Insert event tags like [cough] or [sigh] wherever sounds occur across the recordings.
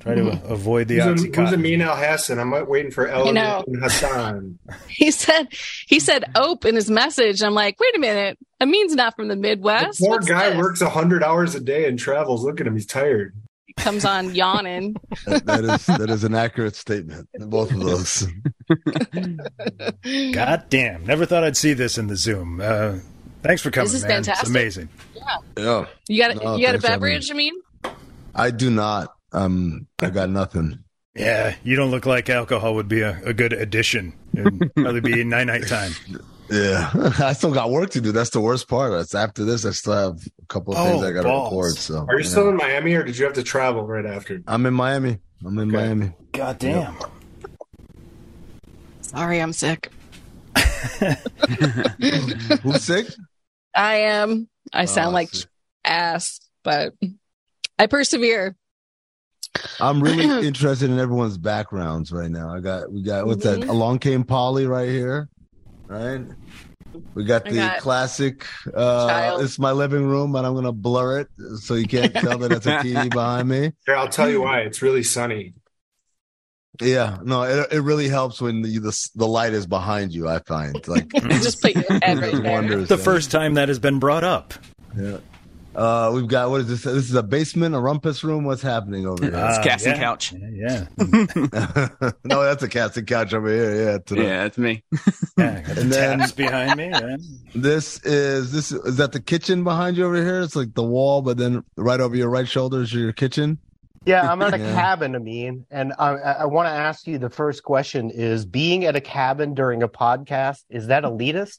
Try to Mm-hmm. avoid the Who's, oxycontin. a, who's Amin Al Hassan? I'm waiting for El know. Amin [laughs] Hassan. He said he said ope in his message. I'm like, wait a minute, Amin's not from the The Midwest. poor What's guy this? works 100 hours a day and travels. Look at him. He's tired. He comes on [laughs] yawning. That, that is that is an accurate statement. Both [laughs] of those. God damn! Never thought I'd see this in the Zoom. Uh, thanks for coming, This is man. It's fantastic. amazing. Yeah, You got No, you got a thanks, Evan. beverage? I mean, I do not. Um, I got nothing. Yeah, you don't look like alcohol would be a, a good addition. It'd probably [laughs] be night night time. Yeah, [laughs] I still got work to do. That's the worst part. That's after this. I still have a couple of things Oh, I got to balls. record. So Are you yeah. still in Miami or did you have to travel right after? I'm in Miami. I'm in Okay. Miami. God damn! sorry, I'm sick. [laughs] [laughs] Who's sick? I am. I Oh, sound like see. ass, but I persevere. I'm really interested in everyone's backgrounds right now. I got we got what's Mm-hmm. that? Along came Polly right here, right? We got I the got classic. Uh, Child. it's my living room, and I'm gonna blur it so you can't tell that it's a TV behind me. Here, I'll tell you why. It's really sunny. Yeah, no, it, it really helps when the, the the light is behind you. I find like [laughs] [laughs] Just put your head right it there. wonders. The man. first time that has been brought up. Uh, we've got what is this? This is a basement, a rumpus room. What's happening over here? Uh, cast and yeah. couch. Yeah, [laughs] no, that's a casting couch over here. Yeah, to the- Yeah, that's [laughs] me. yeah. yeah. And then- Taps behind me. yeah. This is this is that the kitchen behind you over here? It's like the wall, but then right over your right shoulder is your kitchen. Yeah, I'm at a Yeah. cabin, I mean, and I, I want to ask you the first question is being at a cabin during a podcast, is that elitist?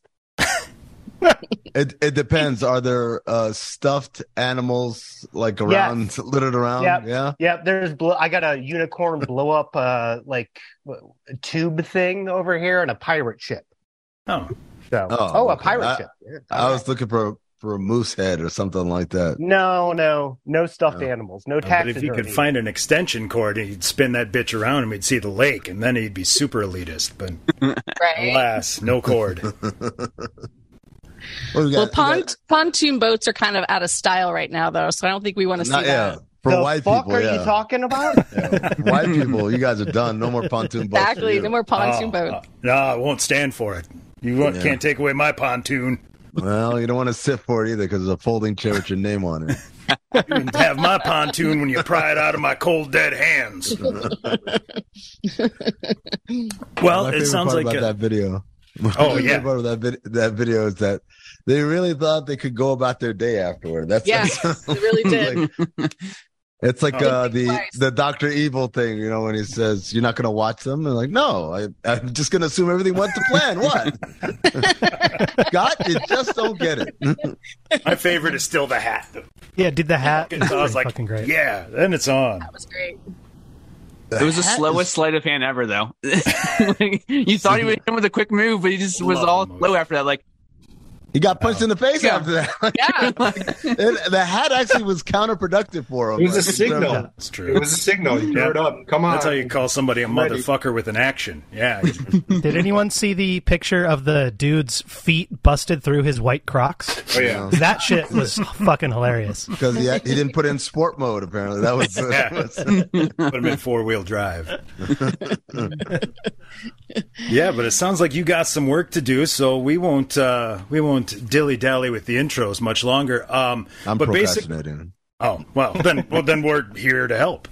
It it depends. Are there uh stuffed animals like around littered around? Yep. Um, Yeah. Yeah, there's blow. I got a [laughs] unicorn blow up, uh, like w- tube thing over here and a pirate ship. Oh, So, Oh, oh, a okay. pirate I- ship. Yeah, I was looking for for a moose head or something like that. No, no, no stuffed No. animals, no Oh, but if taxidermy. you could find an extension cord, he'd spin that bitch around and we'd see the lake, and then he'd be super elitist. But [laughs] Right. alas, no [laughs] cord. What do we Well, got? We pont- pontoon boats are kind of out of style right now, though, so I don't think we want to got- see not- yeah. that. For the white fuck people, are yeah. you talking [laughs] about? Yeah. [laughs] White people, you guys are done. No more pontoon boats. for Exactly. you. No more pontoon Oh, boats. oh, no, I won't stand for it. You won't, Yeah. can't take away my pontoon. Well, you don't want to sit for it either because there's a folding chair with your name on it. You can have my pontoon when you pry it out of my cold dead hands. well, My it favorite sounds part like about a, that video. [laughs] Oh, My favorite yeah. part of that, vid- that video is that they really thought they could go about their day afterward. That's Yeah, that's- [laughs] it really did. like- it's like Oh. uh, Didn't think the twice. the Doctor Evil thing, you know, when he says you're not going to watch them, and like, no, I, I'm just going to assume everything went to plan. What? [laughs] God, you just don't get it. my favorite is still the hat. [laughs] Yeah, did the hat. I was [laughs] like, fucking great. yeah, then it's on. That was great. It was the slowest sleight of hand ever, though. [laughs] Like, you [laughs] thought he would come with a quick move, but he just was Love all the move. slow after that. Like, He got punched in the face Yeah. after that. Yeah. [laughs] And the hat actually was counterproductive for him. It was like, a in terms of- signal. That's It true. was a signal. You Yeah. threw it up. Come on. That's how you call somebody a Ready. motherfucker with an action. Yeah. Did anyone see the picture of the dude's feet busted through his white Crocs? oh, yeah. That shit was fucking hilarious. because he, he didn't put in sport mode. Apparently, [laughs] that was, [laughs] uh, that was- Put him in four wheel drive. [laughs] yeah, but it sounds like you got some work to do, so we won't uh, we won't dilly dally with the intros much longer. Um, [laughs] I'm but basic- procrastinating. Oh, well, then well then we're here to help.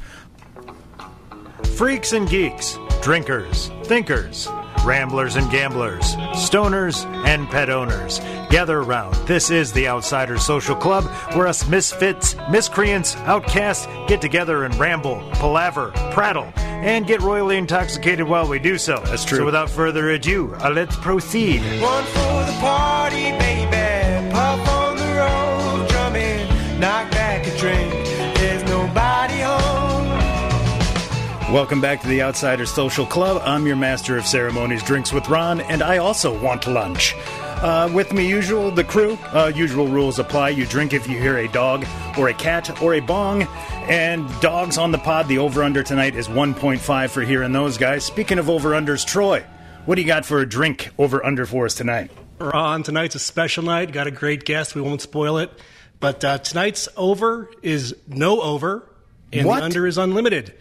Freaks and geeks, drinkers, thinkers, ramblers and gamblers, stoners and pet owners, gather around. This is the Outsiders Social Club, where us misfits, miscreants, outcasts get together and ramble, palaver, prattle, and get royally intoxicated while we do so. That's true. So without further ado, uh, let's proceed. One for the party, baby. Pop on the road, drumming. Knock back a drink. There's nobody home. Welcome back to the Outsider Social Club. I'm your master of ceremonies, drinks with Ron, and I also want lunch. Uh, with me, usual the crew. Uh, usual rules apply. You drink if you hear a dog or a cat or a bong. And dogs on the pod. The over under tonight is 1.5 for hearing those guys. Speaking of over unders, Troy, what do you got for a drink over under for us tonight? Ron, tonight's a special night. Got a great guest. We won't spoil it. But uh, tonight's over is no over, and What? the under is unlimited.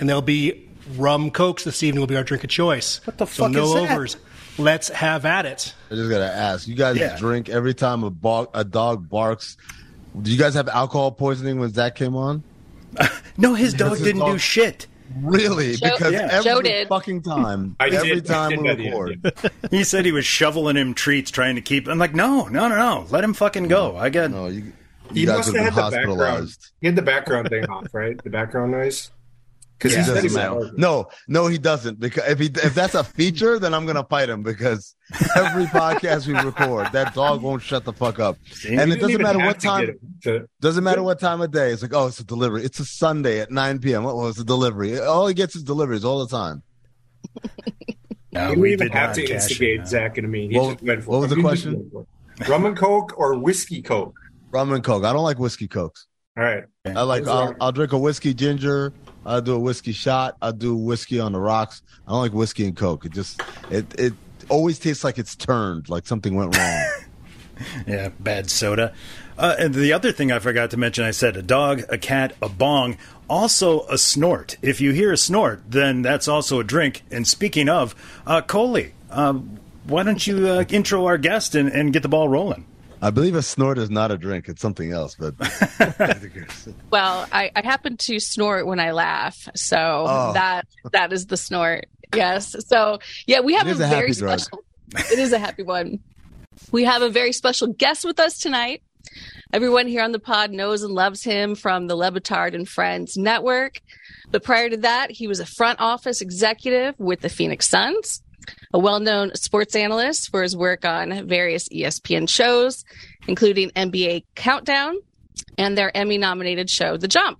and there'll be rum cokes this evening. Will be our drink of choice. What the so fuck no is that? overs. Let's have at it. I just gotta ask. You guys Yeah. drink every time a, bar- a dog barks. Do you guys have alcohol poisoning when Zach came on? [laughs] No, his dog didn't do shit. Really? Joe- because Yeah. every Joe did. [laughs] fucking time, [laughs] I every did- I time did we know the record, He said he was shoveling him treats, trying to keep. I'm like, no, no, no, no. Let him fucking go. I got. no, you, you He guys must would have have had been the background. hospitalized. He had the background thing off, right? The background noise. Because It he said he doesn't was matter. allergic. No, no, he doesn't. Because if he if that's a feature, then I'm gonna fight him because every podcast we record, that dog won't shut the fuck up. And You it didn't doesn't even matter have what to time. get him to- Doesn't matter what time of day. It's like, oh, it's a delivery. It's a Sunday at 9 p.m. Oh, it's a delivery. All he gets is deliveries all the time. No, you we didn't even did have not to cash instigate in. Zach and me. He What- just went for what it. was the He just question? went for it. Rum and Coke or whiskey Coke? Rum and Coke. I don't like whiskey Cokes. All right. I like, Those are- I'll, I'll drink a whiskey ginger. I'll do a whiskey shot. I'll do whiskey on the rocks. I don't like whiskey and Coke. It just, it, it always tastes like it's turned, like something went wrong. Yeah, [laughs] bad soda. Uh, and the other thing I forgot to mention, I said a dog, a cat, a bong, also a snort. If you hear a snort, then that's also a drink. And speaking of, uh, Coley, uh, why don't you uh, intro our guest and, and get the ball rolling? I believe a snort is not a drink. It's something else, but Well, I, I happen to snort when I laugh, so Oh. that that is the snort. Yes. So yeah, we have It a is a very happy drug. special. It is a happy one. We have a very special guest with us tonight. Everyone here on the pod knows and loves him from the Levitard and Friends Network. But prior to that, he was a front office executive with the Phoenix Suns, a well-known sports analyst for his work on various E ESPN shows, including NBA Countdown and their Emmy nominated show, The Jump.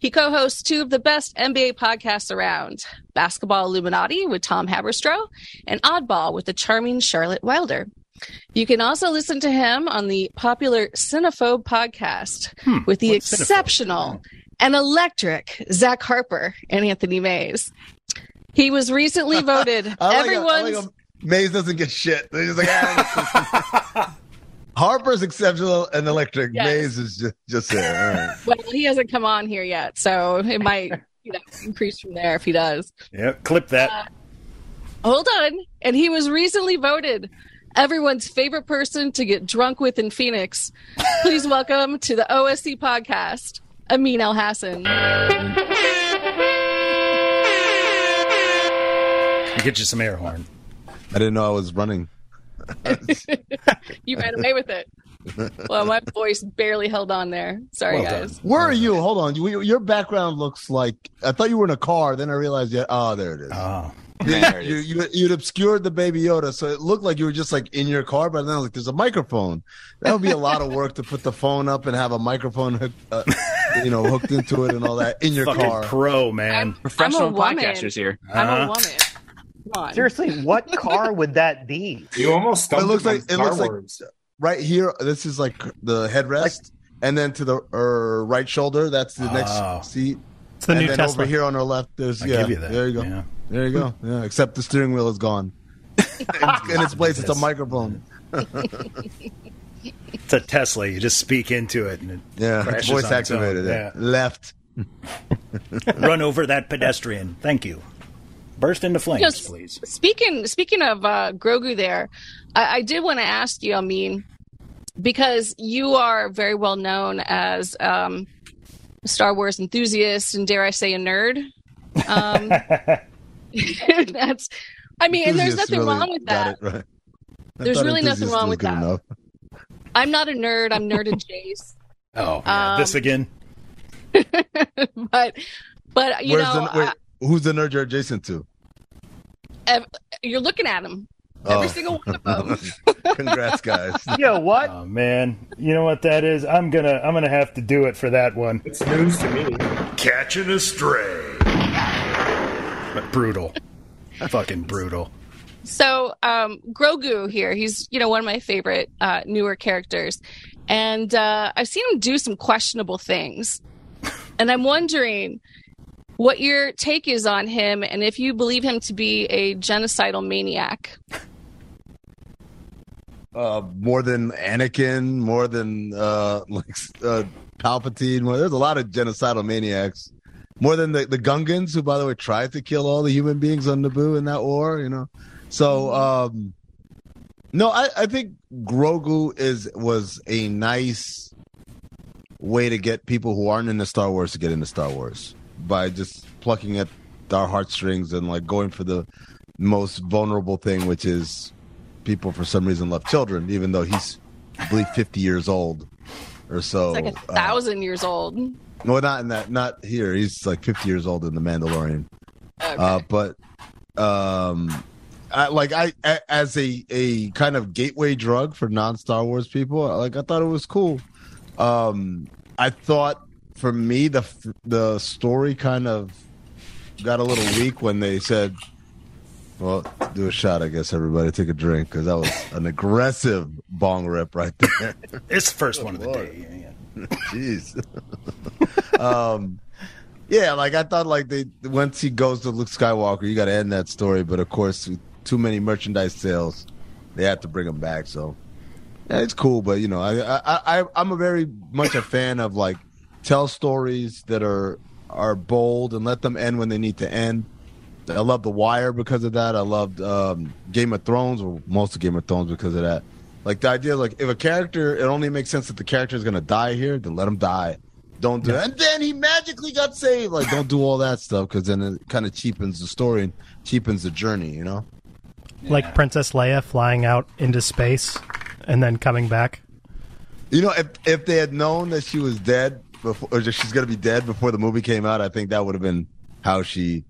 He co hosts two of the best NBA podcasts around Basketball Illuminati with Tom Haberstroh and Oddball with the charming Charlotte Wilder. You can also listen to him on the popular Cinephobe podcast Hmm, with the What's Cinephobe? exceptional and electric Zach Harper and Anthony Mays. He was recently [laughs] voted I like how- I everyone's. like how Maze doesn't get shit. They're just like, [laughs] "Ah, this is-" Harper's exceptional and electric. Yes. Maze is just just there. All right. well, he hasn't come on here yet, so it might you know, increase from there if he does. Yeah, clip that. Uh, Hold on. And he was recently voted everyone's favorite person to get drunk with in Phoenix. Please welcome to the OSC podcast, Amin El Hassan. Get you some air horn. I didn't know I was running. You ran away with it. Well, my voice barely held on there. Sorry, Well guys. Where are you? Hold on. You, your background looks like I thought you were in a car. Then I realized, yeah, oh, there it is. Oh, There it you, is. you, you'd obscured the baby Yoda, so it looked like you were just like in your car. But then I was like, "There's a microphone." That would be a lot of work to put the phone up and have a microphone, hooked, uh, you know, hooked into it and all that in your fucking car. pro, man. Professional I'm a woman. podcasters here. I'm a Uh-huh. woman. Come on. Seriously, what car would that be? You almost It stumbled looks on like- it Star looks like- Wars. right here, this is like the headrest, and then to the uh, right shoulder, that's the Oh. next seat. It's the and new then Tesla. over here on our left, there's I'll yeah, give you that. there you go, [laughs] Yeah. there you go. Yeah, except the steering wheel is gone. in, in its place, it's a [laughs] microphone. It's a Tesla. You just speak into it and Yeah, [laughs] Crashes on voice its activated. own, yeah. yeah. Left. it- [laughs] run over that pedestrian. Thank you. Burst into flames, Yes. please. Speaking speaking of uh, Grogu, there, I, I did want to ask you. I mean, because you are very well known as um, a Star Wars enthusiast and dare I say a nerd. Um, [laughs] that's, I mean, and there's Enthusiast nothing really wrong with got that. it right. I There's thought really nothing enthusiast wrong was with good that. enough. I'm not a nerd. I'm nerd [laughs] adjacent. Oh, yeah, Um, this again. but but you Where's know, the, wait, uh, who's the nerd you're adjacent to? you're looking at them. Oh. [laughs] Every single one of them. [laughs] um, Congrats, guys. Yo, what? [laughs] Oh man, you know what that is? I'm gonna I'm gonna have to do it for that one. It's news to me. Catching a stray. But brutal. Fucking brutal. So um, Grogu here, he's you know one of my favorite uh, newer characters, and uh, I've seen him do some questionable things, and I'm wondering what your take is on him, and if you believe him to be a genocidal maniac. uh, more than Anakin, more [laughs] than uh, like uh, Palpatine. More, there's a lot of genocidal maniacs more than the, the Gungans, who by the way tried to kill all the human beings on Naboo in that war. You know, so um, no, I, I think Grogu is was a nice way to get people who aren't into Star Wars to get into Star Wars by just plucking at our heartstrings and like going for the most vulnerable thing, which is people for some reason love children, even though he's I believe fifty years old or so. It's like a Uh, thousand years old. Oh no, not in that. Not here. He's like 50 years old in The Mandalorian. Okay. Uh, but um, I, like I a- as a a kind of gateway drug for non Star Wars people, like I thought it was cool. Um, I thought for me the f- the story kind of got a little weak when they said. Well, do a shot, I guess. Everybody take a drink because that was an aggressive bong rip right there. It's the first one of the day. Yeah, yeah. [laughs] Jeez. um, yeah, like I thought, like they once he goes to Luke Skywalker, you got to end that story. But of course, with too many merchandise sales, they had to bring him back. So yeah, it's cool, but you know, I, I, I I'm a very much a fan of like tell stories that are are bold and let them end when they need to end. I love The Wire because of that. I loved um, Game of Thrones, or most of Game of Thrones because of that. Like the idea, like if a character, it only makes sense that the character is gonna die here, then let him die. Don't do, and then he magically got saved. Like don't do all that stuff because then it kind of cheapens the story and cheapens the journey. You know? Like Princess Leia flying out into space and then coming back. You know, if if they had known that she was dead before, or that she's gonna be dead before the movie came out, I think that would have been how she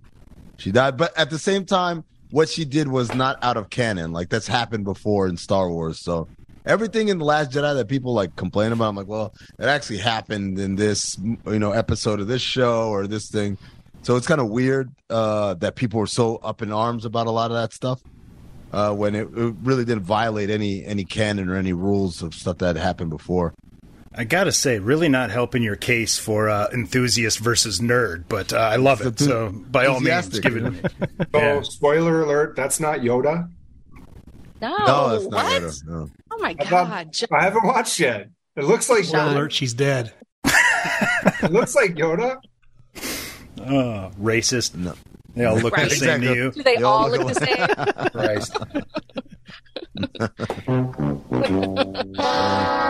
she died. But at the same time, what she did was not out of canon. Like that's happened before in Star Wars. So everything in the Last Jedi that people like complain about, I'm like, well, it actually happened in this you know episode of this show or this thing. So it's kind of weird uh, that people were so up in arms about a lot of that stuff uh, when it, it really didn't violate any any canon or any rules of stuff that had happened before. I gotta say, really not helping your case for uh, enthusiast versus nerd, but uh, I love it. It's So by all means, enthusiastic. give it to me. [laughs] Oh, Yeah. spoiler alert! That's not Yoda. No, No, that's not what? Yoda. No. Oh my I thought- god! John. I haven't watched yet. It looks like Spoiler Yoda. alert, she's dead. [laughs] It looks like Yoda. Oh, racist. No. They all look Right. the same to Exactly. you. Do they They all all look look the same? Christ. [laughs]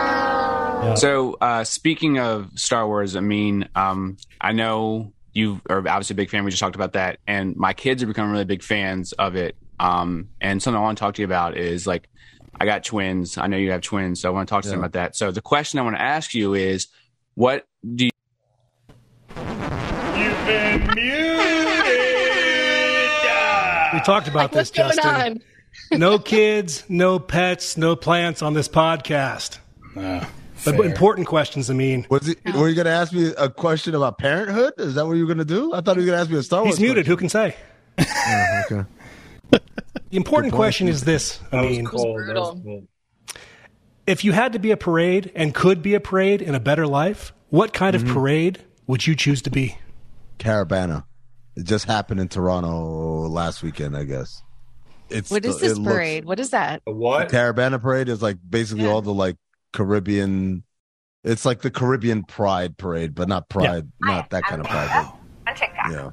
So, uh, speaking of Star Wars, I mean, um, I know you are obviously a big fan. We just talked about that, and my kids are becoming really big fans of it. Um, and something I want to talk to you about is like, I got twins. I know you have twins, so I want to talk to them about that. So, the question I want to ask you is, what do you Ah, We talked about What's this, going Justin. [laughs] on? no kids, no pets, no plants on this podcast. Ah, But fair. important questions, I mean. Was it? Were you going to ask me a question about parenthood? Is that what you were going to do? I thought you were going to ask me a Star Wars. He's muted. Who can say? question. Okay. The important question is this. I That was mean, cold. That was brutal. cold. if you had to be a parade and could be a parade in a better life, what kind Mm-hmm. of parade would you choose to be? Caravana. It just happened in Toronto last weekend, I guess. It's What is it this looks- parade? What is that? A what? Caravana parade is like basically all the like Caribbean. It's like the Caribbean Pride parade, but not Pride, not that kind of Pride. [laughs] but- Yeah.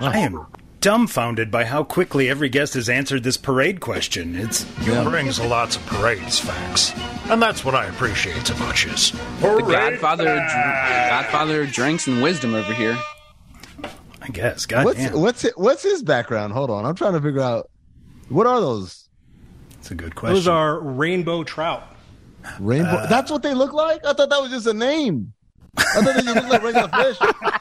I am dumbfounded by how quickly every guest has answered this parade question. It's you Yeah. brings lots of parades facts, and that's what I appreciate about you. the Godfather, of dr- Godfather of drinks and wisdom over here? I guess. God What's damn, what's it, what's his background? Hold on, I'm trying to figure out what are those that's a good question. Uh, Those are rainbow trout. rainbow? That's what they look like. I thought that was just a name. I thought they just looked like regular fish. [laughs]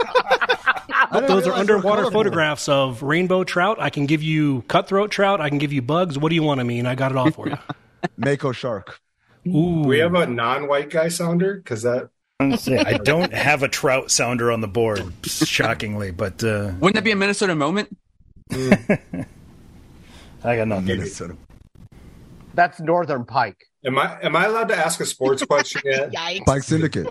I didn't realize Those they are were underwater colorful. photographs of rainbow trout. I can give you cutthroat trout. I can give you bugs. What do you want? I mean, I got it all for you. [laughs] Mako shark. Ooh, We have a non-white guy sounder because that I don't have a trout sounder on the board, shockingly, but uh, [laughs] Wouldn't that be a Minnesota moment? I got nothing. Minnesota. That's Northern Pike. am I am I allowed to ask a [laughs] sports question yet? Yikes! Pike Syndicate.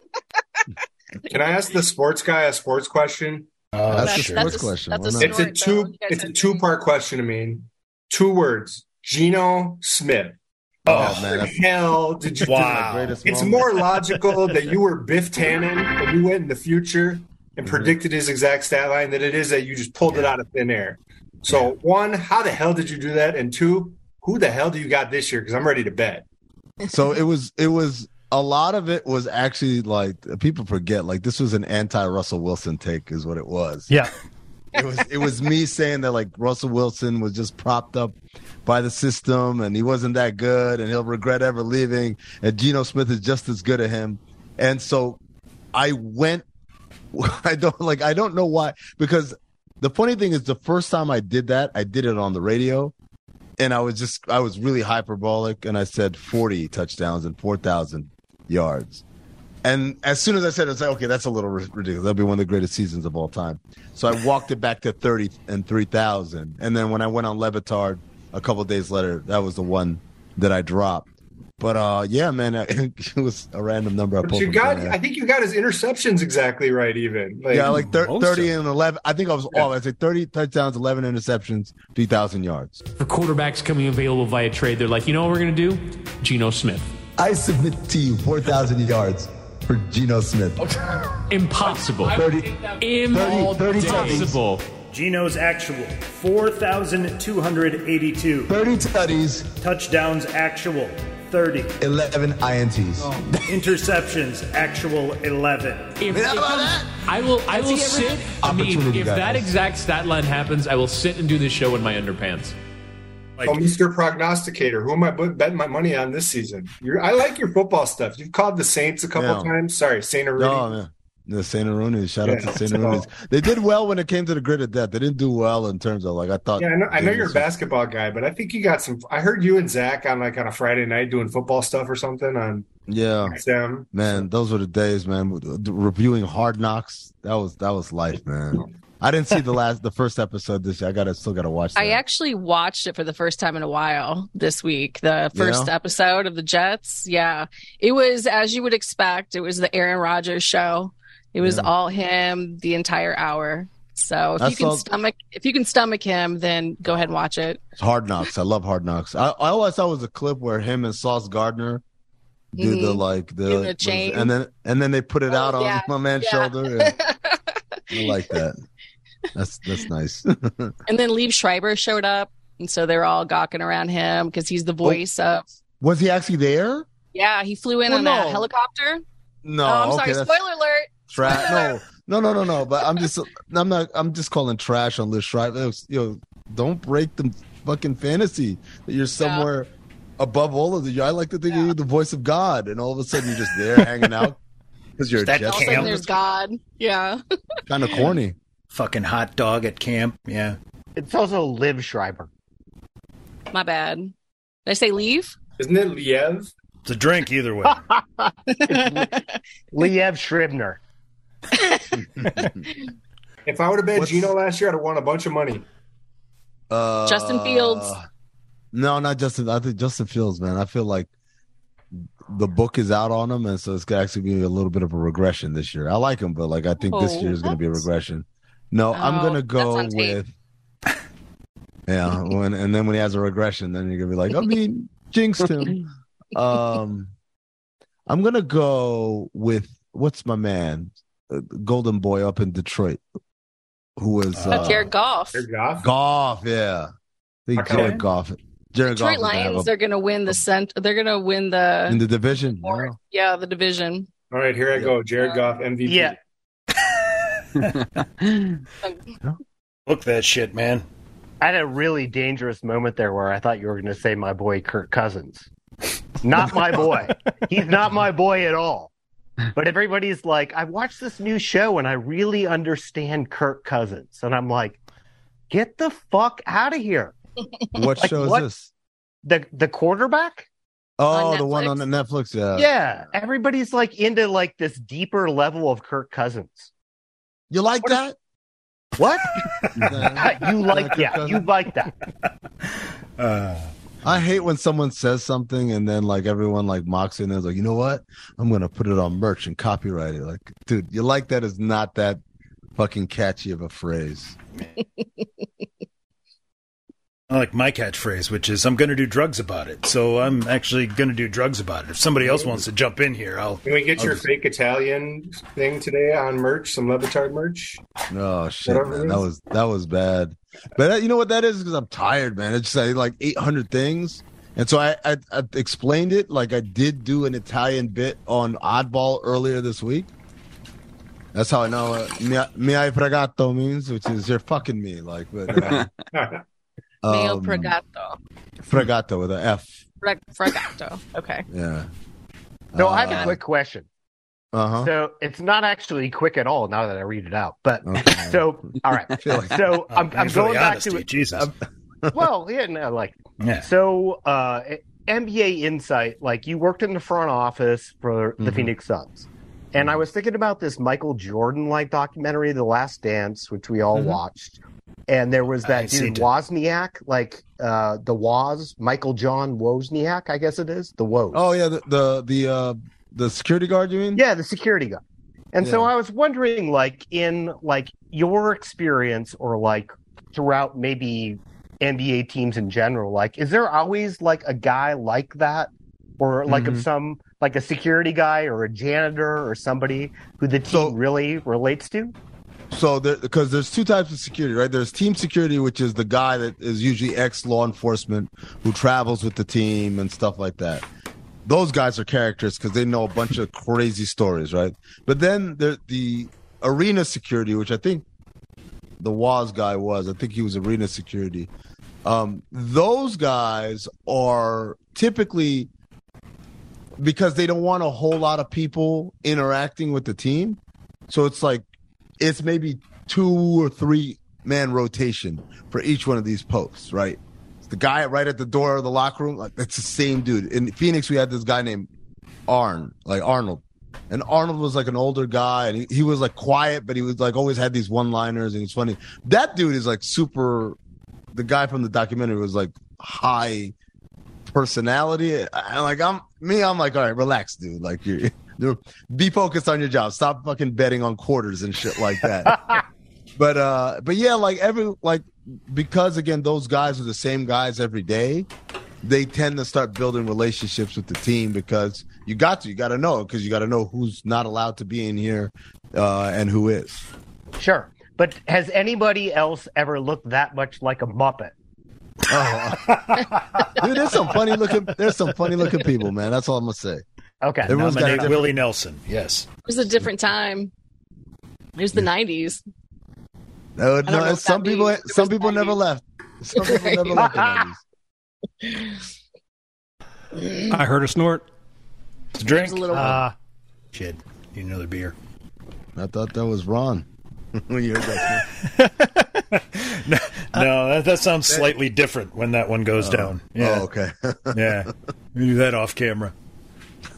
Can I ask the sports guy a sports question? Oh, Uh, That's a shit. sports question. that's a Why not? story, It's a though. two You guys it's a have- two part question, I mean. Two words. Geno Smith. Oh, man, What the that's [laughs] hell did you do? Wow. greatest It's moment. more logical that you were Biff Tannen and you went in the future Mm-hmm. and predicted his exact stat line that it is that you just pulled it out of thin air. So one, how the hell did you do that? And two, who the hell do you got this year? Because I'm ready to bet. so it was it was a lot of it was actually like people forget like this was an anti Russell Wilson take is what it was. Yeah. It was it was me saying that like Russell Wilson was just propped up by the system and he wasn't that good and he'll regret ever leaving and Geno Smith is just as good at him. And so I went [laughs] I don't like I don't know why because the funny thing is the first time I did that I did it on the radio and I was just I was really hyperbolic and I said 40 touchdowns and 4,000 yards. And as soon as I said it, I was like, okay, that's a little ri- ridiculous. That'll be one of the greatest seasons of all time. So I walked it back to 30 and 3,000. And then when I went on Levitard a couple days later, that was the one that I dropped. But uh, yeah, man, [laughs] it was a random number I But pulled. you from got, thin air. I think you got his interceptions exactly right. Even like, yeah, like thir- most 30 of and 11. I think I was all, I said 30 touchdowns, 11 interceptions, 3,000 yards. For quarterbacks coming available via trade, they're like, you know what we're going to do? Geno Smith. I submit to you 4,000 yards for Geno Smith. Impossible. 30 30 tutties. Impossible. Geno's actual 4,282. 30 tutties, Touchdowns actual 30. 11 INTs. Interceptions actual 11. Oh. If Yeah, it about comes- that. I will. I will sit. I mean, Opportunity, if that guys. exact stat line happens, I will sit and do this show in my underpants. oh, Mr. Prognosticator, who am I bet- betting my money on this season? You're, I like your football stuff. You've called the Saints a couple Yeah. times. Sorry, Saint Arudi. No, Oh, man. The Saint Aronis. Shout out Yeah, to Saint so- Aronis. They did well when it came to the grid of death. They didn't do well in terms of like I thought. Yeah, I know, I know they you're a was- basketball guy, but I think you got some. I heard you and Zach on like on a Friday night doing football stuff or something on Yeah, XM. man. Those were the days, man. With- Reviewing Hard Knocks. That was that was life, man. I didn't see the last the first episode this year. I gotta still gotta watch. That. I actually watched it for the first time in a while this week. The first Yeah? episode of the Jets. Yeah. It was as you would expect. It was the Aaron Rodgers show. It was Yeah. all him the entire hour. So if I you can saw- stomach if you can stomach him, then go ahead and watch it. It's Hard Knocks. I love Hard Knocks. I, I always thought it was a clip where him and Sauce Gardner do the Mhm. like the, Do the chain. and then and then they put it Oh, out on yeah, my man's yeah. shoulder. and- I like that. That's that's nice. [laughs] [laughs] and then Lee Schreiber showed up. And so they're all gawking around him because he's the Oh. voice of Was he actually there? Yeah, he flew in Well, on Oh, no. a helicopter. No, oh, I'm okay, sorry. that's Spoiler alert. trash. [laughs] No, no, no, no, no. But I'm just, I'm not, I'm just calling trash on Liz Schreiber. You know, don't break the fucking fantasy that you're somewhere above all of the. I like to think of you the voice of God, and all of a sudden you're just there hanging out because you're That a All That's of camp. a sudden, hell. there's God. Yeah. kind of corny. Fucking hot dog at camp. Yeah. It's also Liv Schreiber. My bad. Did I say leave? Isn't it Liev? It's a drink either way. Liev [laughs] Schreibner. If I would have bet What's- Gino last year, I'd have won a bunch of money. Uh, Justin Fields. No, not Justin. I think Justin Fields, man. I feel like the book is out on him, and so it's gonna actually be a little bit of a regression this year. I like him, but like I think this Oh, year is gonna be a what? regression. No, I'm Oh, gonna that's go on tape. with yeah. When and then when he has a regression, then you're gonna be like, I mean, jinxed him. Um, I'm gonna go with what's my man, uh, Golden Boy up in Detroit, who was Uh, Uh, Jared Goff. Jared Goff. Golf, yeah. I think Okay. Jared Goff. Jared Goff Detroit is gonna have Lions a- are going to win the cent. They're going to win the, in the division. Or- yeah. yeah [laughs] the division. All right, here I go. Jared Goff MVP. Yeah. Look that shit, man. I had a really dangerous moment there where I thought you were going to say my boy Kirk Cousins. Not my boy. He's not my boy at all. But everybody's like, I watched this new show and I really understand Kirk Cousins. And I'm like, get the fuck out of here. [laughs] What Like, show is what? this? The the quarterback? Oh, On the one on the Netflix. Yeah. yeah. Everybody's like into like this deeper level of Kirk Cousins. You like What that? [laughs] What? [laughs] you like Kirk yeah, Cousins. you like that. Uh, I hate when someone says something and then like everyone like mocks it and is like, you know what? I'm gonna put it on merch and copyright it. Like, dude, you like that is not that fucking catchy of a phrase. I like my catchphrase, which is "I'm going to do drugs about it." So I'm actually going to do drugs about it. If somebody else wants to jump in here, Oh. I'll. Can we get I'll your just- fake Italian thing today on merch? Some Levitard merch. Oh shit, Whatever man. it that is. was that was bad. But uh, you know what that is? Because I'm tired, man. It's just I, like 800 things, and so I, I I explained it like I did do an Italian bit on Oddball earlier this week. That's how I know what mi, mi hai fregato means, which is you're fucking me, like. But, uh, Male um, pregato. fregato with a F. Freg- fregato. Okay. Yeah. So I have Uh, a quick question. Uh huh. So it's not actually quick at all now that I read it out. But Okay. [laughs] so all right. [laughs] feel like- So I'm, I'm Thanks for the going back honesty, to it. Um, Jesus. Well, yeah, no, like yeah. So, uh, NBA insight, like you worked in the front office for Mm-hmm. the Phoenix Suns. And I was thinking about this Michael Jordan like documentary, The Last Dance, which we Mm-hmm. all watched. And there was I that dude seen it. Wozniak, like uh, the Woz, Michael John Wozniak, I guess it is, the Woz. Oh yeah, the the the, uh, the security guard. You mean? Yeah, the security guy. And so Yeah. I was wondering, like, in like your experience or like throughout maybe NBA teams in general, like, is there always like a guy like that? Or like Mhm. some like a security guy or a janitor or somebody who the team So- really relates to? So there, because there's two types of security, right? There's team security, which is the guy that is usually ex law enforcement who travels with the team and stuff like that. Those guys are characters because they know a bunch of crazy stories, right? But then there the arena security, which I think the Waz guy was. I think he was arena security. Um, those guys are typically because they don't want a whole lot of people interacting with the team. So it's like it's maybe two or three man rotation for each one of these posts, right? It's the guy right at the door of the locker room, like that's the same dude. In Phoenix, we had this guy named Arn, like Arnold. And Arnold was like an older guy and he, he was like quiet, but he was like always had these one liners and he's funny. That dude is like super the guy from the documentary was like high personality. And like I'm me, I'm like, all right, relax, dude. Like you're [laughs] be focused on your job. Stop fucking betting on quarters and shit like that. but uh but yeah, like every like because again those guys are the same guys every day, they tend to start building relationships with the team because you got to you got to know because you got to know who's not allowed to be in here uh and who is. Sure. But has anybody else ever looked that much like a Muppet? Oh. Dude, there's some funny looking there's some funny looking people, man. That's all I'm gonna say. Okay. Everyone's got a Nominate different- Willie Nelson. Yes. It was a different time. It was the 90s. No, don't know no, what some that people means. There some was people never zombies. left. Some people never left. [laughs] the 90s. I heard a snort. It's a It was drink. a little. Uh, Shit. Need another beer. I thought that was Ron. [laughs] when you heard that. No, that, that sounds slightly different when that one goes down. Yeah. Uh, Oh, okay. [laughs] Yeah. We do that off [laughs] camera.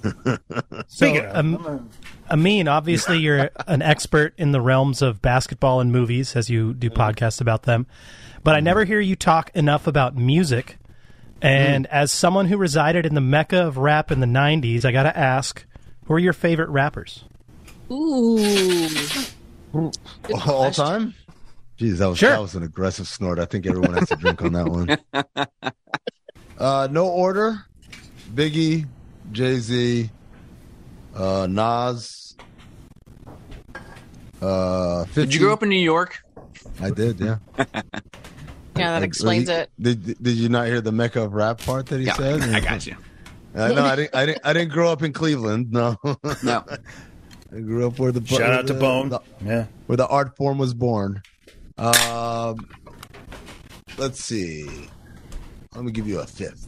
so, Speaking of, Am- Amin, obviously you're an expert in the realms of basketball and movies, as you do podcasts about them. But I never hear you talk enough about music. And as someone who resided in the mecca of rap in the '90s, I gotta ask, who are your favorite rappers? Ooh. All time? Jeez, that was Sure. that was an aggressive snort. I think everyone has to drink on that one. Uh, no order. Biggie, Jay Z, uh, Nas. Uh, 50. Did you grow up in New York? I did, [laughs] yeah. Yeah, that Like, explains he- it. Did, did you not hear the mecca of rap part that he Yeah, said? I got you. Uh, no, I didn't, I didn't. I didn't grow up in Cleveland. No, I [laughs] [laughs] No, grew up where the shout out to where the- Bone. the- yeah. where the art form was born. Um, let's see. Let me give you a fifth.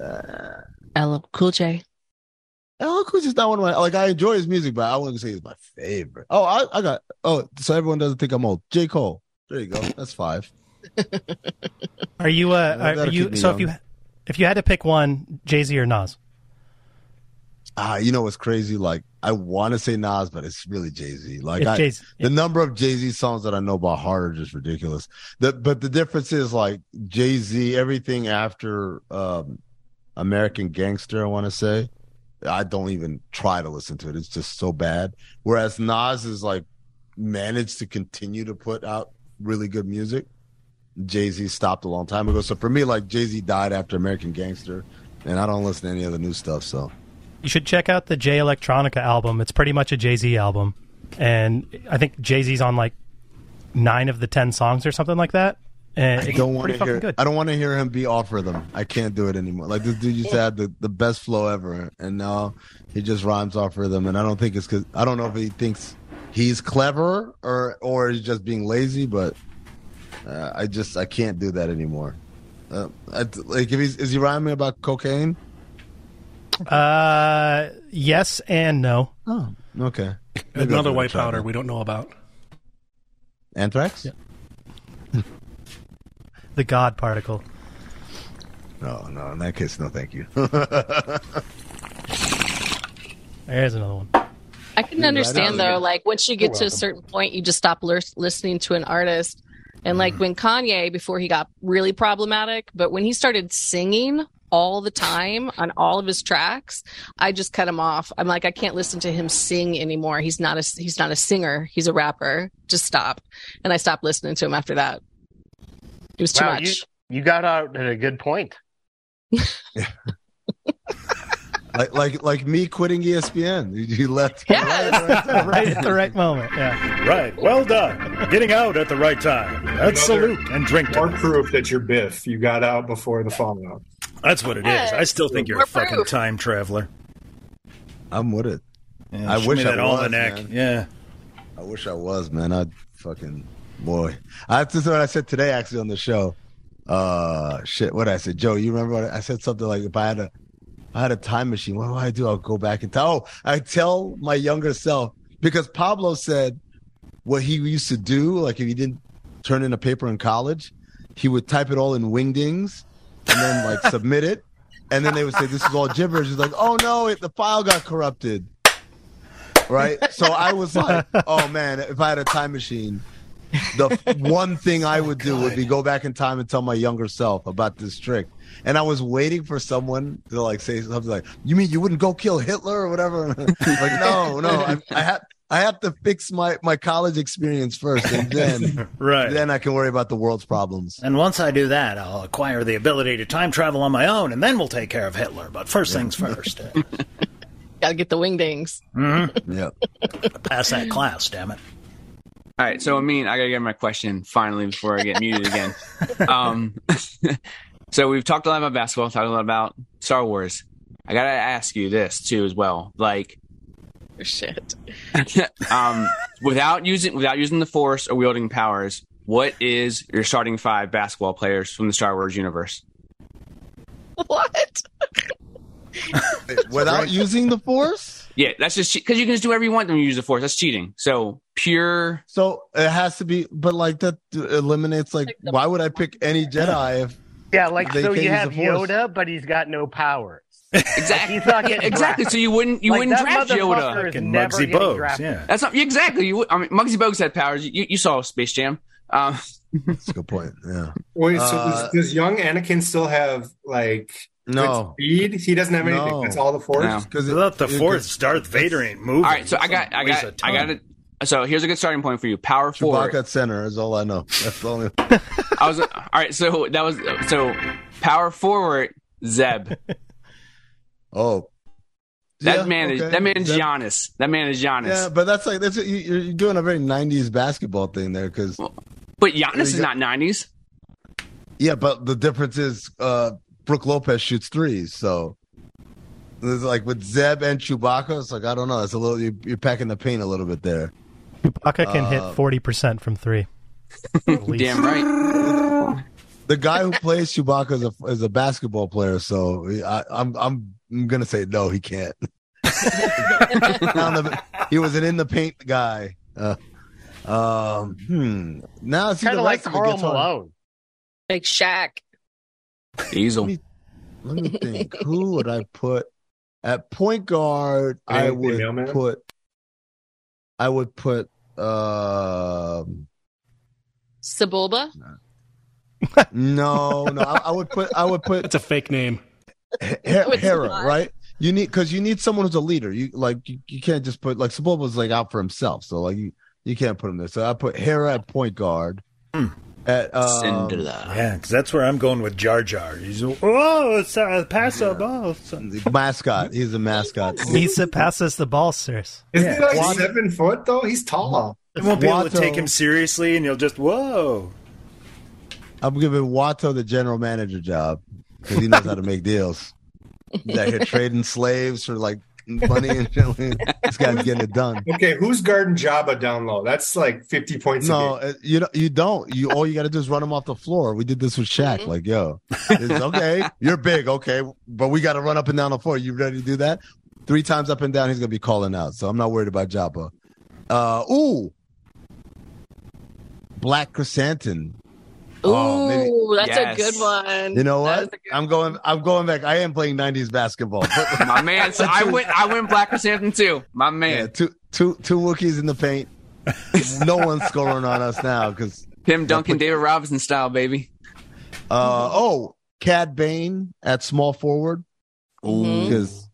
Uh, LL Cool J. LL Cool J's not one of my like. I enjoy his music, but I wouldn't say he's my favorite. Oh, I, I got. Oh, so everyone doesn't think I'm old. J Cole. There you go. That's five. Are you? Uh, That'll are keep you? me So if young. you if you had to pick one, Jay Z or Nas? Ah, you know what's crazy? Like I want to say Nas, but it's really Jay Z. Like It's I, Jay-Z. the number of Jay Z songs that I know by heart are just ridiculous. The, but the difference is like Jay Z, everything after um, American Gangster, I want to say, I don't even try to listen to it. It's just so bad. Whereas Nas is like managed to continue to put out really good music. Jay Z stopped a long time ago. So for me, like Jay Z died after American Gangster, and I don't listen to any of the new stuff. So You should check out the Jay Electronica album. It's pretty much a Jay Z album, and I think Jay Z's on like nine of the ten songs or something like that. And I it's don't want pretty to fucking hear. good. I don't want to hear him be offer them. I can't do it anymore. Like this dude used to have the, the best flow ever, and now he just rhymes off of them. And I don't think it's because I don't know if he thinks he's clever or or he's just being lazy. But uh, I just I can't do that anymore. Uh, I, like if he's is he rhyming about cocaine? Uh, yes and no. Oh, okay. Maybe I'll Another give it a white try. powder we don't know about. Anthrax? The God [laughs] particle. No, no. In that case, no, thank you. [laughs] There's another one. I can Yeah, I understand know. though, like once you get to a welcome. certain point, you just stop lir- listening to an artist. And Mm-hmm. like when Kanye, before he got really problematic, but when he started singing all the time on all of his tracks, I just cut him off. I'm like, I can't listen to him sing anymore. He's not a he's not a singer. He's a rapper. Just stop. And I stopped listening to him after that. It was too Wow, much. You, you got out at a good point. like like like me quitting E [laughs] ESPN. You- You left. uh, Yes. [laughs] right [laughs] at the right moment. Yeah. Right. Well done. Getting out at the right time. That's salute and drink More to it. proof that you're Biff. You got out before the fallout. That's what it is. I still think you're a More fucking proof. time traveler. I'm with it. Yeah, I show wish me I that was, almanac. man. Yeah. I wish I was, man. I'd fucking boy. I that's what I said today actually on the show. Uh shit, what I said, Joe, you remember what I I said something like if I had a if I had a time machine, what do I do? I'll go back and tell oh, I tell my younger self because Pablo said what he used to do, like if he didn't turn in a paper in college, he would type it all in wingdings and then like submit it. And then they would say, This is all gibberish. He's like, Oh no, it, the file got corrupted. Right? So I was like, Oh man, if I had a time machine, the f- one thing I would do would be go back in time and tell my younger self about this trick. And I was waiting for someone to like say something like, "You mean you wouldn't go kill Hitler or whatever?" [laughs] like, no, no, I, I have I have to fix my my college experience first, and then Right. then I can worry about the [laughs] world's problems. And once I do that, I'll acquire the ability to time travel on my own, and then we'll take care of Hitler. But first things [laughs] first, uh, Gotta get the wingdings. Yeah. pass that class, damn it. All right, so I mean, I gotta get my question finally before I get muted again. Um, [laughs] so we've talked a lot about basketball, talked a lot about Star Wars. I gotta ask you this too, as well. Like, Shit. [laughs] um, without using without using the Force or wielding powers, what is your starting five basketball players from the Star Wars universe? What? Without using the force, Yeah, that's just because you can just do whatever you want when you use the Force. That's cheating. So pure. so it has to be. But like that eliminates like, why would I pick any Jedi if Yeah, like They so can you use have the Force. Yoda, but he's got [laughs] no powers. Exactly. He's not getting exactly. drafted. So you wouldn't you Like, wouldn't that draft Yoda. motherfucker is Fucking never Muggsy getting Bogues, drafted. yeah. That's not exactly. You, would- I mean, Muggsy Bogues had powers. You, you saw Space Jam. Um, [laughs] That's a good point. Yeah. Wait, so Uh, does, does young Anakin still have like No. good speed? He doesn't have anything. No. That's all the force. No. Because Without the Force, Darth Vader ain't moving. all right, so I got, I Weighs a got, I ton. got it. So here's a good starting point for you. Power forward. Chewbacca at center is all I know. That's the only. I was all right. So that was so power forward. [laughs] Zeb. Oh. That Yeah, man is okay. that man is That- Giannis. That man is Giannis. Yeah, but that's like that's you- you're doing a very '90s basketball thing there because but Giannis There you is go. not [laughs] 90s. Yeah, but the difference is uh Brooke Lopez shoots threes, so it's like with Zeb and Chewbacca, it's like I don't know. It's a little you're, you're packing the paint a little bit there. Uh, Chewbacca can Um, [laughs] hit forty percent from three. At least. Damn right. [laughs] The guy who plays Chewbacca is a, is a basketball player, so I, I'm I'm I'm gonna say no, he can't. [laughs] Down the- he was an in the paint guy. Uh, um, hmm. Now see Kind the of like rest it Carl gets hard. Malone. Like Shaq. Diesel. Let me think. Who would I put at point guard? I Anything would mailman? put. I would put. Um, [laughs] Sebulba. no, no. I, I would put. I would put That's a fake name. H- Hera, it's not. right? You need because you need someone who's a leader. You like you, you can't just put like Sebulba's like out for himself, so like you you can't put him there. So I put Hera at point guard. At, um, Yeah, because that's where I'm going with Jar Jar. He's oh, it's uh, pass the ball. mascot. He's a mascot. Lisa, pass us the ball, sirs. Isn't Yeah. he like Wanda- seven foot though? He's tall. They won't be able to Watto- take him seriously, and you'll just whoa. I'm giving Watto the general manager job because he knows how to make deals. He's out here trading slaves for like money and shit. This guy's getting it done. Okay, who's guarding Jabba down low? That's like fifty points. No, a uh, you don't. You don't. You all you got to do is run him off the floor. We did this with Shaq. Mm-hmm. Like, yo, it's okay, you're big, okay, but we got to run up and down the floor. You ready to do that? Three times up and down, he's gonna be calling out. So I'm not worried about Jabba. Uh, ooh, Black Chrysanthemum. Ooh, Oh, maybe- that's Yes. a good one. You know That what? is a good- I'm going. I'm going back. I am playing [laughs] '90s basketball. My man, so I went. I went Black Chrysanthemum too. My yeah, man, two, two, two Wookiees in [laughs] the paint. no one's scoring on us now because Tim Duncan, David Robinson style, baby. Uh, oh, Cad Bane at small forward. Mhm. Because,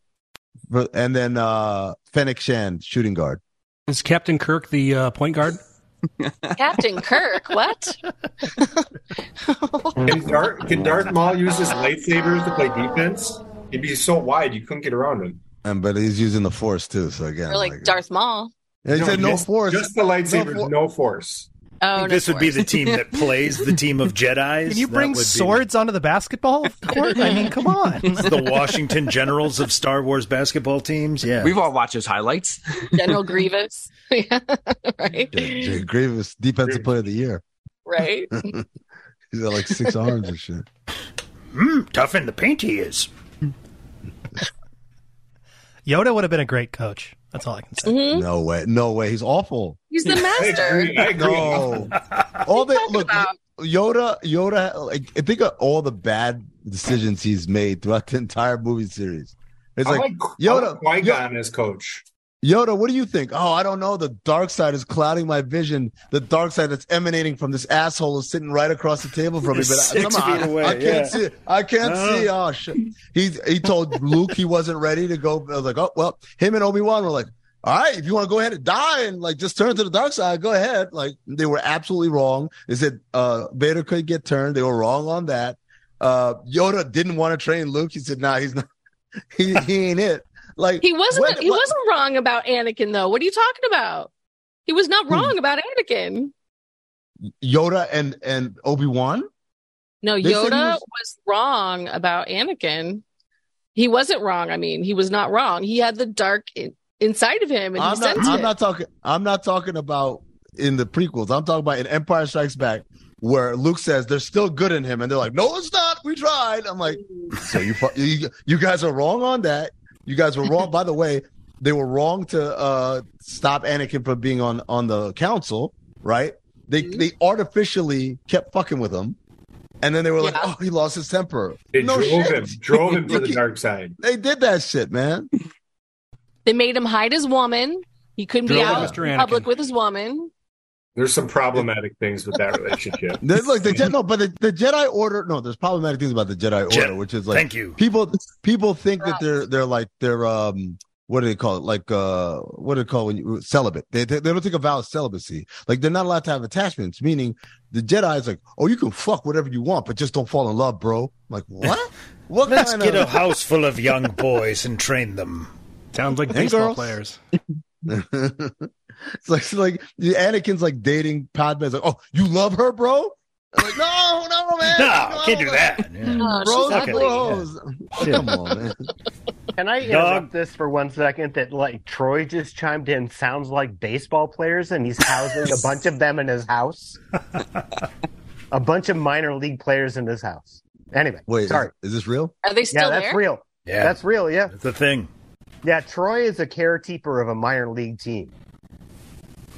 and then uh, Fennec Shan shooting guard. Is Captain Kirk the uh, point guard? Captain Kirk, what? Oh game. Can Darth, can Darth Maul use his lightsabers to play defense? He'd be so wide you couldn't get around him. And but he's using the force too. So again, Or like Darth Maul. He No, said no just- force. Just the lightsabers, No no, for- force. Oh, no, this would be Force. the team that plays the team [laughs] of Jedi's. Can you That bring would be swords onto the [laughs] basketball court? I mean, come on. [laughs] The Washington Generals of Star Wars basketball teams. Yeah, We've all watched those highlights. [laughs] General Grievous. [laughs] Yeah, right. J- J- Grievous, defensive player of the year. [laughs] Right. He's got like [laughs] six arms and shit. Mm, tough in the paint he is. Yoda would have been a great coach. That's all I can say. Mhm. No way, no way. He's awful. [laughs] He's the I master. agree. I agree. [laughs] No, all the talking look. about? Yoda, Yoda. Like, I think of all the bad decisions he's made throughout the entire movie series. It's I like, like Yoda. Yoda- Qui Gon as coach. Yoda, what do you think? Oh, I don't know. The dark side is clouding my vision. The dark side that's emanating from this asshole is sitting right across the table from me. But Six somehow I, feet away, I can't yeah. see. it. I can't Oh. see. Oh shit! He he told Luke he wasn't ready to go. I was like, oh well. Him and Obi Wan were like, all right, if you want to go ahead and die and like just turn to the dark side, go ahead. Like they were absolutely wrong. They said uh, Vader could get turned. They were wrong on that. Uh, Yoda didn't want to train Luke. He said, nah, he's not. [laughs] He, he ain't it. Like He wasn't. when- he what- wasn't wrong about Anakin, though. What are you talking about? He was Hmm. not wrong about Anakin. Yoda and and Obi Wan. No, They said he Yoda was- was... wrong about Anakin. He wasn't wrong. I mean, he was not wrong. He had the dark in- inside of him, and I'm he not. sensed I'm it. not talking. I'm not talking about in the prequels. I'm talking about in Empire Strikes Back, where Luke says there's still good in him, and they're like, "No, it's not. We tried." I'm like, "So you fu- you, you guys are wrong on that. You guys were [laughs] wrong. By the way, they were wrong to uh, stop Anakin from being on on the council, right? They Mm-hmm. they artificially kept fucking with him, and then they were like, Yeah. "Oh, he lost his temper." They no drove shit. him, drove [laughs] him to Look the at- dark side. They did that shit, man. They made him hide his woman. He couldn't be Drill it, out Mr. in Anakin. public with his woman. There's some problematic things with that relationship. [laughs] There's like the Je- no, but the, the Jedi Order. No, there's problematic things about the Jedi Je- Order, which is like Thank you. people people think that they're they're like they're um what do they call it like uh what do they call when you celibate they, they, they don't take a vow of celibacy like they're not allowed to have attachments meaning the jedi is like oh you can fuck whatever you want but just don't fall in love bro I'm like [laughs] what what Let's kind get a of house full of young boys and train them. Sounds like Hey, baseball girls. players. [laughs] it's like it's like the anakin's like dating padme's like oh you love her bro I'm like no no man No, can't do that. [laughs] Yeah. Oh, bro she's Okay. ugly. come on man [laughs] Can I interrupt this for one second? That like Troy just chimed in. Sounds like baseball players, and he's housing a bunch of them in his house. a bunch of minor league players in his house. Anyway, wait is, sorry. is this real Are they Yeah, still that's there? real. Yeah. That's real. Yeah, That's the thing. yeah. Troy is a caretaker of a minor league team.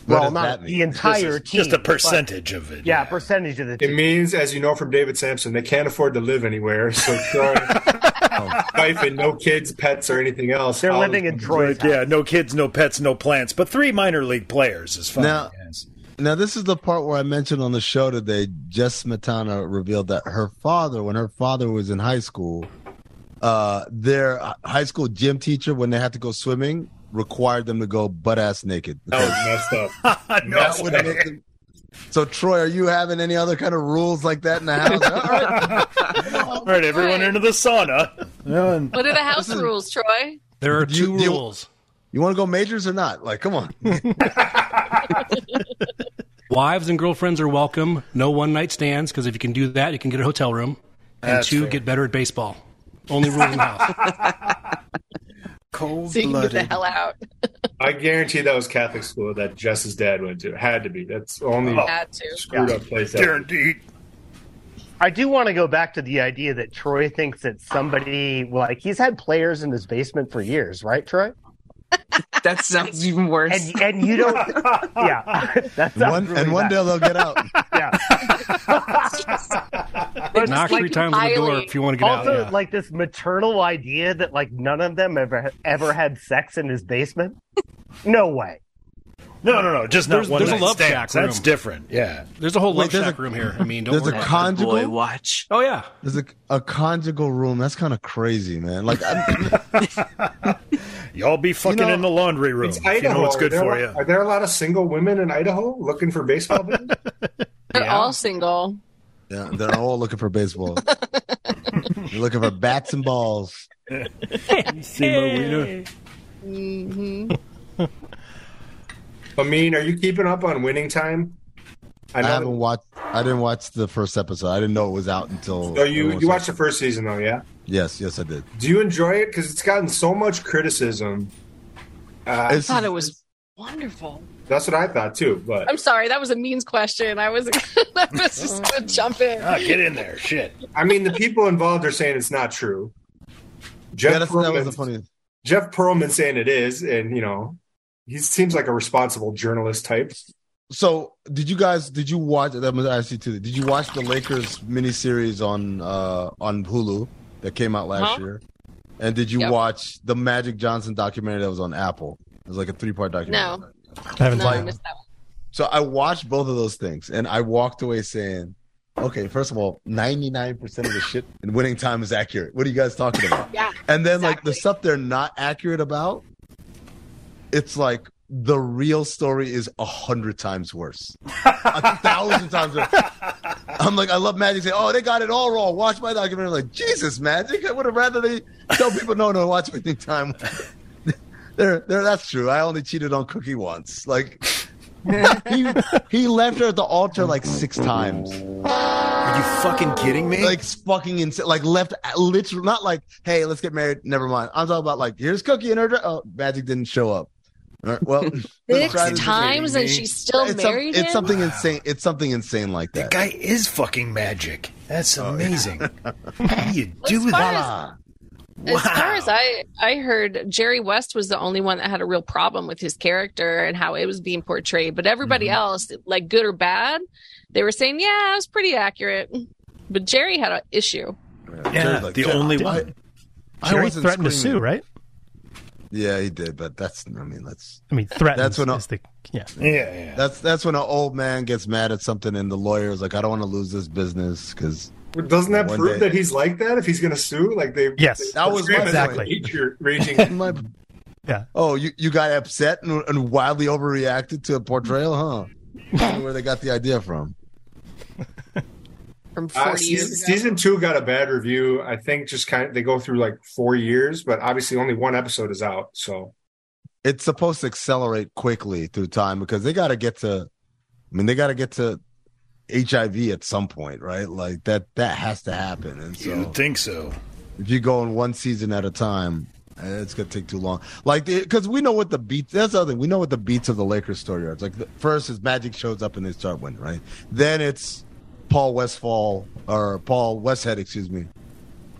What well, does that not mean? the This entire is team. just a but- percentage of it. yeah, percentage of the It team. means, as you know from David Sampson, they can't afford to live anywhere. So Troy, [laughs] wife and no kids, pets, or anything else. They're All living those- in Troy's house. Yeah, no kids, no pets, no plants, but three minor league players is fine. Now- yes. Now, this is the part where I mentioned on the show today, Jess Smetana revealed that her father, when her father was in high school, uh, their h- high school gym teacher, when they had to go swimming, required them to go butt ass naked. That was messed up. [laughs] no, That would make them, So Troy, are you having any other kind of rules like that in the house? All [laughs] right, All right, everyone into the sauna. Yeah, and- [laughs] What are the house rules, Troy? There are Do you- two do you- rules. you want to go majors or not? Like, come on. Wives and girlfriends are welcome. No one night stands because if you can do that, you can get a hotel room. And That's two, fair. get better at baseball. Only rule in the house. Cold So you can get the hell out. I guarantee that was Catholic school that Jess's dad went to. Had to be. That's the only Oh. Had to. screwed up place. ever. Guaranteed. I do want to go back to the idea that Troy thinks that somebody like he's had players in his basement for years, right, Troy? [laughs] That sounds even worse. And and you don't, yeah. That sounds One, really and one bad. day they'll get out. yeah. They're Knock just, three like, times on the door piling. if you want to get Also, out. yeah. like this maternal idea that like none of them ever ever had sex in his basement. No way. No, no, no. Oh, Just not There's- one there's a night love stands. shack That's room. different. Yeah. there's a whole Wait, love there's shack a- room here. I mean, don't There's worry. a about it. Boy, conjugal. watch. oh yeah, There's a, a conjugal room. That's kind of crazy, man. Like, I'm, Y'all be fucking know, in the laundry room. It's if Idaho. You know what's good are there for a you. lot- Are there a lot of single women in Idaho looking [laughs] for baseball? players? They're all single. yeah, they're all looking [laughs] for baseball. they're looking for bats and balls. Mm-hmm. [laughs] Amin, are you keeping up on winning time? I know that- haven't watched. I didn't watch the first episode. I didn't know it was out Oh, until. So you everyone you said- watched the first season though, yeah? Yes, yes, I did. Do you enjoy it? Because it's gotten so much criticism. Uh, I I thought it was wonderful. That's what I thought too. But I'm sorry, that was a means question. I was, [laughs] I was just gonna jump in. Ah, get in there. Shit. I mean, the people involved are saying it's not true. Jeff Yeah, that's, that was Pearlman- the funniest. Jeff Pearlman saying it is, and you know, he seems like a responsible journalist type. So, did you guys? Did you watch? That was ask you too. Did you watch the Lakers miniseries on uh on Hulu that came out last Uh-huh. year? And did you Yep. watch the Magic Johnson documentary that was on Apple? It was like a three part documentary. No. I haven't No, I like- missed that one. So I watched both of those things, and I walked away saying, "Okay, first of all, ninety nine percent of the shit in winning time is accurate. What are you guys talking about?" Yeah, And then like the exactly. stuff they're not accurate about, it's like the real story is a hundred times worse, a thousand times worse. I'm like, I love Magic saying, "Oh, they got it all wrong." Watch my documentary. I'm like, Jesus, Magic, I would have rather they tell people, "No, no, watch winning [laughs] time." There, there. That's true. I only cheated on Cookie once. Like, he he left her at the altar like six times Are you fucking kidding me? like fucking insane. Like left, uh, literally, not like, hey, let's get married. Never mind. I'm talking about like, here's Cookie and her. dr- Oh, Magic didn't show up. All right, well, [laughs] [laughs] six try to- times and she's still It's, some- married. it's him? something insane. It's something insane like that that. Oh, guy is fucking magic. That's [laughs] amazing. How do you do As far that? as, Ah, as far Wow. as I, I heard, Jerry West was the only one that had a real problem with his character and how it was being portrayed. But everybody Mm-hmm. else, like good or bad, they were saying, "Yeah, it was pretty accurate." But Jerry had an issue. Yeah, Jerry's like, the "Jerry, only I- one. I Jerry wasn't threatened to screaming." sue, right? Yeah, he did, but that's. I mean, that's I mean, threatened. That's when I- is the yeah. Yeah, yeah. that's that's when an old man gets mad at something, and the lawyer is like, "I don't want to lose this business because." Doesn't that One prove day. that he's like that? If he's going to sue, like they Yes. they- That was they- my Exactly. Rage- you're raging. [laughs] My, Yeah. Oh, you, you got upset and, and wildly overreacted to a portrayal, [laughs] huh? I wonder Where they got the idea from? From 40 Uh, years season, ago. season two got a bad review. I think just kind of they go through like four years, but obviously only one episode is out. So it's supposed to accelerate quickly through time because they got to get to i mean they got to get to hiv at some point right like that that has to happen and You so think so? if you go in one season at a time eh, it's gonna take too long like because we know what the beats that's the other thing we know what the beats of the lakers story are it's like the, first is magic shows up and they start winning right then it's paul westfall or paul westhead excuse me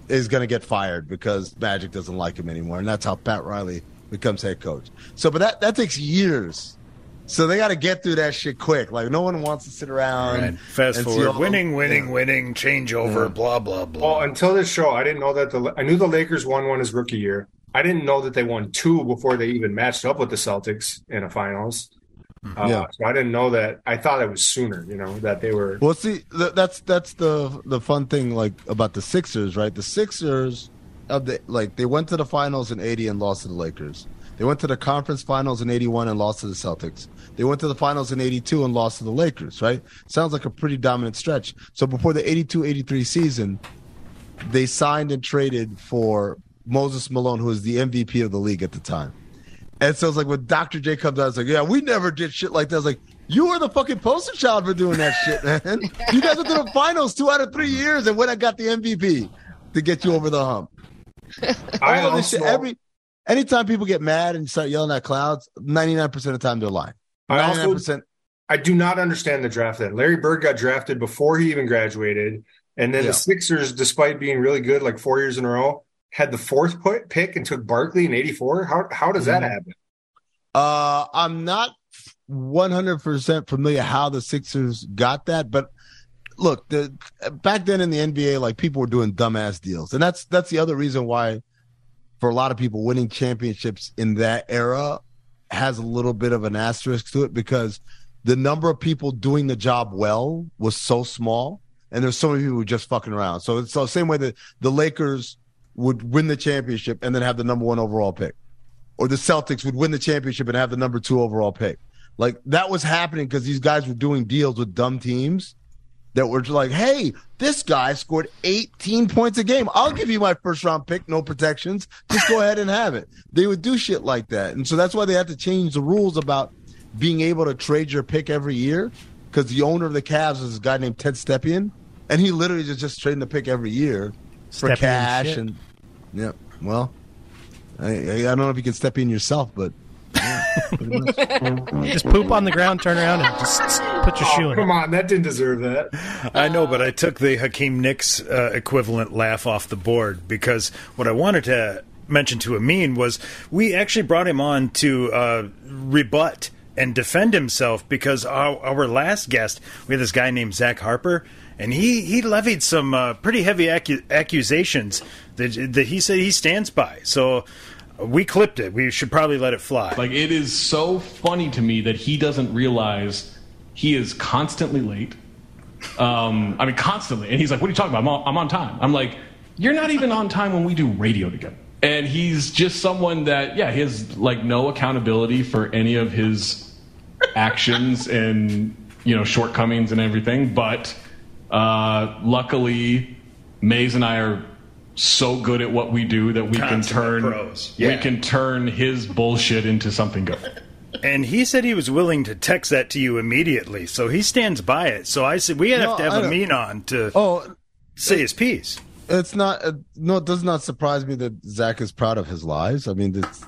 is going to get fired because Magic doesn't like him anymore, and that's how Pat Riley becomes head coach. So, but that that takes years. So they got to get through that shit quick. Like no one wants to sit around. Right. Fast and see all forward. the- Winning, winning, Yeah. winning. Changeover. Blah blah blah. well, until this show, I didn't know that the I knew the Lakers won one his rookie year. I didn't know that they won two before they even matched up with the Celtics in a finals. Mm-hmm. Uh, Yeah. So I didn't know that. I thought it was sooner. You know that they were. Well, see, th- that's that's the the fun thing like about the uh, Sixers, right? The Sixers of the like they went to the finals in '80 and lost to the Lakers. They went to the conference finals in 81 and lost to the Celtics. They went to the finals in 82 and lost to the Lakers, right? Sounds like a pretty dominant stretch. So before the 82 83 season, they signed and traded for Moses Malone, who was the MVP of the league at the time. And so it's like when Dr. J comes out, it's like, yeah, we never did shit like that. It's like, you were the fucking poster child for doing that shit, man. You guys went to the finals two out of three years and when I got the MVP to get you over the hump. I All of this shit, also- every anytime people get mad and start yelling at clouds, 99% of the time they're lying. I also- 99%. I do not understand the draft then. Larry Bird got drafted before he even graduated. And then Yeah. the Sixers, despite being really good like four years in a row, had the fourth put, pick and took Barkley in 84. How, how does Mm. that happen? Uh, I'm not 100% familiar how the Sixers got that, but look, the back then in the NBA, like people were doing dumbass deals, and that's that's the other reason why, for a lot of people, winning championships in that era has a little bit of an asterisk to it because the number of people doing the job well was so small, and there's so many people who were just fucking around. So it's the same way that the Lakers would win the championship and then have the number one overall pick or the Celtics would win the championship and have the number two overall pick. Like that was happening because these guys were doing deals with dumb teams that were just like, hey, this guy scored 18 points a game. I'll give you my first round pick, no protections. Just go ahead and have it. They would do shit like that. And so that's why they had to change the rules about being able to trade your pick every year because the owner of the Cavs is a guy named Ted Stepien. And he literally just, just trading the pick every year for Stepien cash. shit. And yeah, well, I, I I don't know if you can step in yourself, but Just poop on the ground, turn around, and just s- put your shoe in. Oh, Come it. on, that didn't deserve that. I know, but I took the Hakeem Nicks uh, equivalent laugh off the board because what I wanted to mention to Amin was we actually brought him on to uh, rebut and defend himself because our, our last guest, we had this guy named Zach Harper, and he, he levied some uh, pretty heavy accu- accusations that, that he said he stands by. So we clipped it. We should probably let it fly. Like it is so funny to me that he doesn't realize he is constantly late. Um, I mean, constantly. And he's like, "What are you talking about? I'm on, I'm on time." I'm like, "You're not even on time when we do radio together." And he's just someone that, yeah, he has like no accountability for any of his actions [laughs] and you know shortcomings and everything. But uh, luckily, Mays and I are so good at what we do that we Consummate can turn pros. we can turn his bullshit into something good. And he said he was willing to text that to you immediately, so he stands by it. So I said we have No, to I have a don't- mean on to oh, say his piece. it's not. Uh, no, it does not surprise me that Zach is proud of his lies. I mean, it's,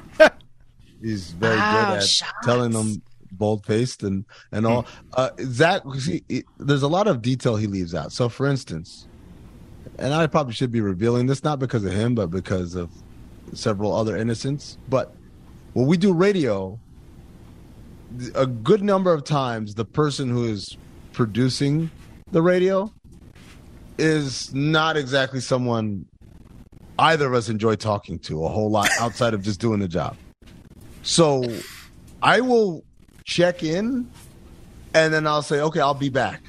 he's very Wow, good at shots. telling them bold faced and and all. Uh, Zach, see, it- there's a lot of detail he leaves out. So, for instance, and I probably should be revealing this not because of him, but because of several other innocents. But when we do radio, a good number of times the person who is producing the radio is not exactly someone either of us enjoy talking to a whole lot outside of just doing the job. So I will check in and then I'll say, okay, I'll be back.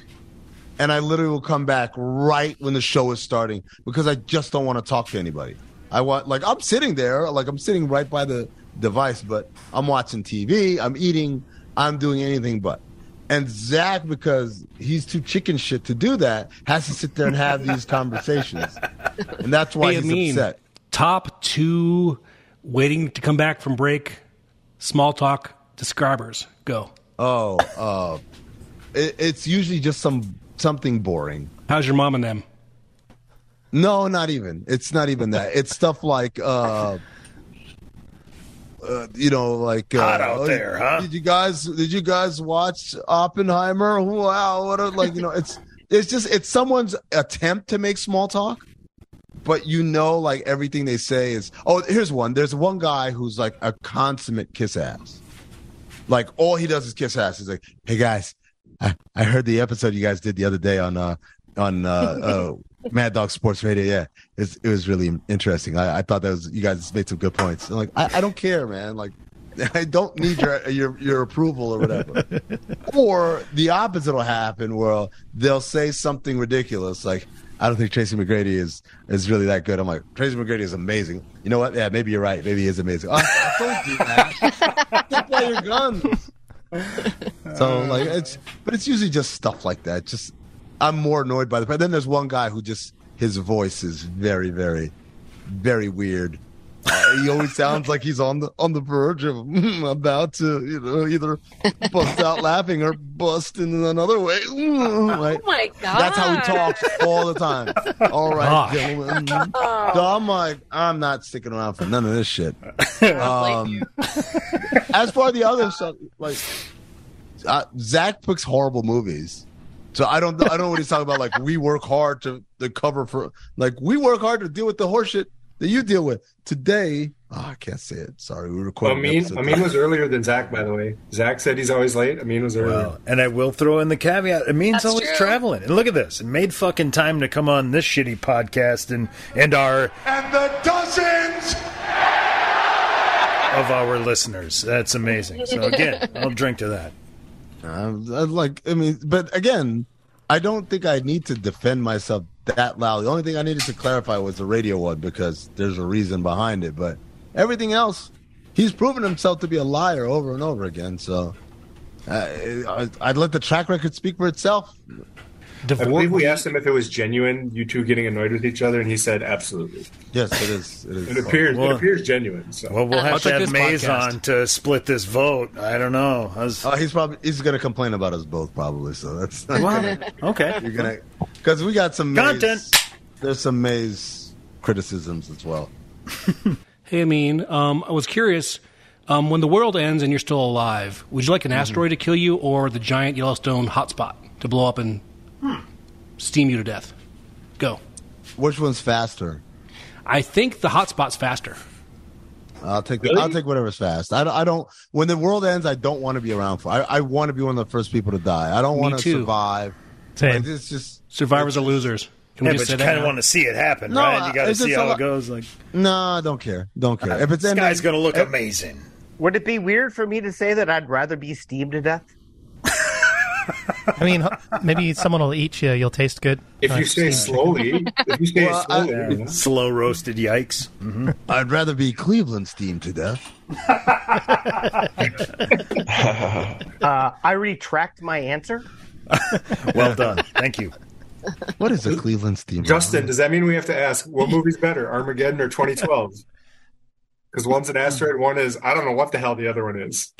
And I literally will come back right when the show is starting because I just don't want to talk to anybody. I want, like, I'm sitting there, like, I'm sitting right by the device, but I'm watching TV, I'm eating, I'm doing anything but. And Zach, because he's too chicken shit to do that, has to sit there and have these conversations. And that's why Hey, he's Amin, upset. Top two waiting to come back from break, small talk describers. Go. Oh, uh, it, it's usually just some something boring. How's your mom and them? No, not even. It's not even that. It's stuff like, uh, uh, you know, like uh, Hot out oh, there, huh? Did you guys? Did you guys watch Oppenheimer? Wow, what a like. You know, it's it's just it's someone's attempt to make small talk, but you know, like everything they say is. Oh, here's one. There's one guy who's like a consummate kiss ass. Like all he does is kiss ass. He's like, "Hey guys, I, I heard the episode you guys did the other day on uh on uh, uh Mad Dog Sports Radio. Yeah, [laughs] it's, it was really interesting. I, I thought that was you guys made some good points. I'm like, [laughs] I, I don't care, man. Like I don't need your your your approval or whatever. [laughs] or the opposite will happen, where they'll say something ridiculous like. I don't think Tracy McGrady is is really that good. I'm like Tracy McGrady is amazing. You know what? Yeah, maybe you're right. Maybe he is amazing. Oh, [laughs] Stick by your guns. so like it's, but it's usually just stuff like that. Just I'm more annoyed by the. But then there's one guy who just his voice is very, very, very weird. Uh, he always [laughs] sounds like he's on the on the verge of [laughs] mm, about to you know either bust out laughing or bust in another way. [laughs] Mm, like, Oh my god. that's how he talks all the time. All right, Gosh. gentlemen. So I'm like, I'm not sticking around for none of this shit. [laughs] Um, as far as the other stuff, like uh, Zach picks horrible movies. So I don't, I don't know what he's talking about. Like we work hard to the cover for, like we work hard to deal with the horseshit that you deal with today. Oh, I can't say it. Sorry, we recorded. Amin, Amin was earlier than Zach, by the way. Zach said he's always late. Amin was earlier. Well, and I will throw in the caveat: it means That's always true. traveling. And look at this; it made fucking time to come on this shitty podcast and and our And the dozens of our listeners. That's amazing. So [laughs] [laughs] again, I'll drink to that. I'm, I'm like, Um, I mean, but again, I don't think I need to defend myself that loud. The only thing I needed to clarify was the radio one because there's a reason behind it. But everything else, he's proven himself to be a liar over and over again. So uh, I, I'd let the track record speak for itself. I believe we asked him if it was genuine, you two getting annoyed with each other, and he said absolutely. Yes, it is. It, is It appears Well- it appears genuine. So Well, we'll have Much to like have Uh, this Maze podcast. on to split this vote. I don't know. I was- Oh, he's probably he's gonna complain about us both probably. So that's not gonna, [laughs] okay. you're gonna because we got some Content. Maze, there's some maze criticisms as well. Hey, Amin, um, I was curious. Um, when the world ends and you're still alive, would you like an Mm-hmm. asteroid to kill you or the giant Yellowstone hotspot to blow up and steam you to death? Go. Which one's faster? I think the hotspot's faster. I'll take the, I'll take whatever's fast. I don't, I don't. When the world ends, I don't want to be around for. I, I want to be one of the first people to die. I don't Me want to too. survive. Same. Like, it's just Survivors are losers. Can Yeah, we but just say you that kind of now? want to see it happen, No, right? You got to it's see just a how it lot- goes. Like, no. I don't care. Don't care. If it's this ending, guy's going to look amazing. Would it be weird for me to say that I'd rather be steamed to death? I mean, h- maybe someone will eat you. You'll taste good. Uh, if you Like, say slowly, if you say Well, I- slowly, you know? Slow roasted yikes. Mm-hmm. I'd rather be Cleveland steamed to death. Uh, I retract my answer. Well done. Thank you. What is a Cleveland steam? Justin, does that mean we have to ask [laughs] what movie's better, Armageddon or 2012? Because one's an asteroid, one is I don't know what the hell the other one is,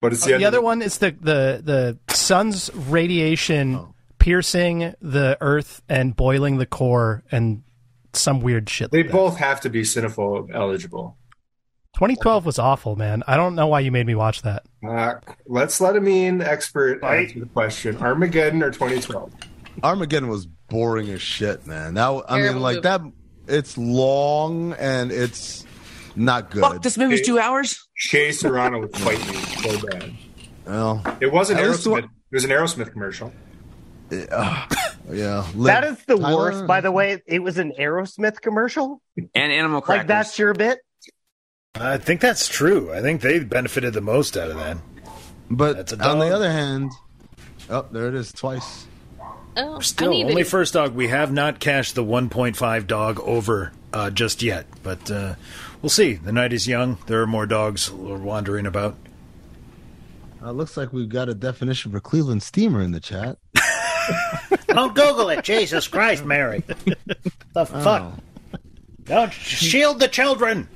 but it's Oh, the, Uh, the other other one is the the the sun's radiation Oh. piercing the earth and boiling the core and some weird shit. They like that. both have to be cinephile eligible. 2012 was awful, man. I don't know why you made me watch that. Uh, let's let him in expert answer the question: Armageddon or 2012? Armageddon was boring as shit, man. That I mean, Terrible like movie. that. It's long and it's not good. Fuck, this movie's two hours. Shea Serrano would fight me so bad. Well, It was an At least Aerosmith. one- It was an Aerosmith commercial. uh, Oh, yeah. That is the Tyler- worst, by the way. It was an Aerosmith commercial. [laughs] And Animal Crackers. Like that's your bit. I think that's true. I think they benefited the most out of that. But That's a on the dog. other hand, oh, there it is twice. Oh, Still, uneven. only first dog. We have not cashed the 1.5 dog over uh, just yet, but uh, we'll see. The night is young. There are more dogs wandering about. Uh, looks like we've got a definition for Cleveland steamer in the chat. Don't Google it. Jesus Christ, Mary. The fuck? Oh. Don't shield the children.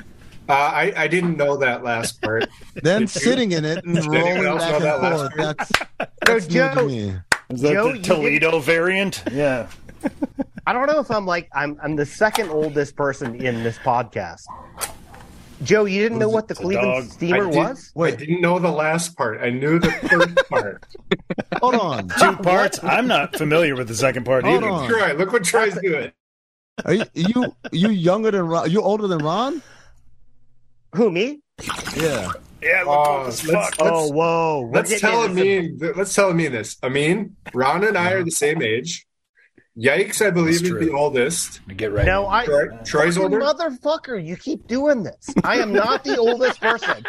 Uh, I, I didn't know that last part. Then sitting in it and anyone rolling else know back that and last forth. That's, So [laughs] that's new to Joe, me. Is that Joe, the you Toledo [laughs] variant? [laughs] Yeah. I don't know if I'm like I'm I'm the second oldest person in this podcast. Joe, you didn't know what the It's a dog. Cleveland I, steamer did, was? I didn't know the last part. I [laughs] knew the first part. Hold on. Two parts. I'm not familiar with the second part Hold either. on. Troy, look what Troy's doing. Are you you you younger than Ron? You older than Ron? Who me? Yeah. Yeah, look Oh, old as let's- fuck. oh, whoa! We're Let's getting tell into some- Amin. th- Let's tell Amin this. Amin, Ron, and I are the same age. Yikes! I Uh-huh. believe That's is the true. oldest. Get right. No, in. I. Troy, Troy's You older. motherfucker! You keep doing this. I am not the oldest person.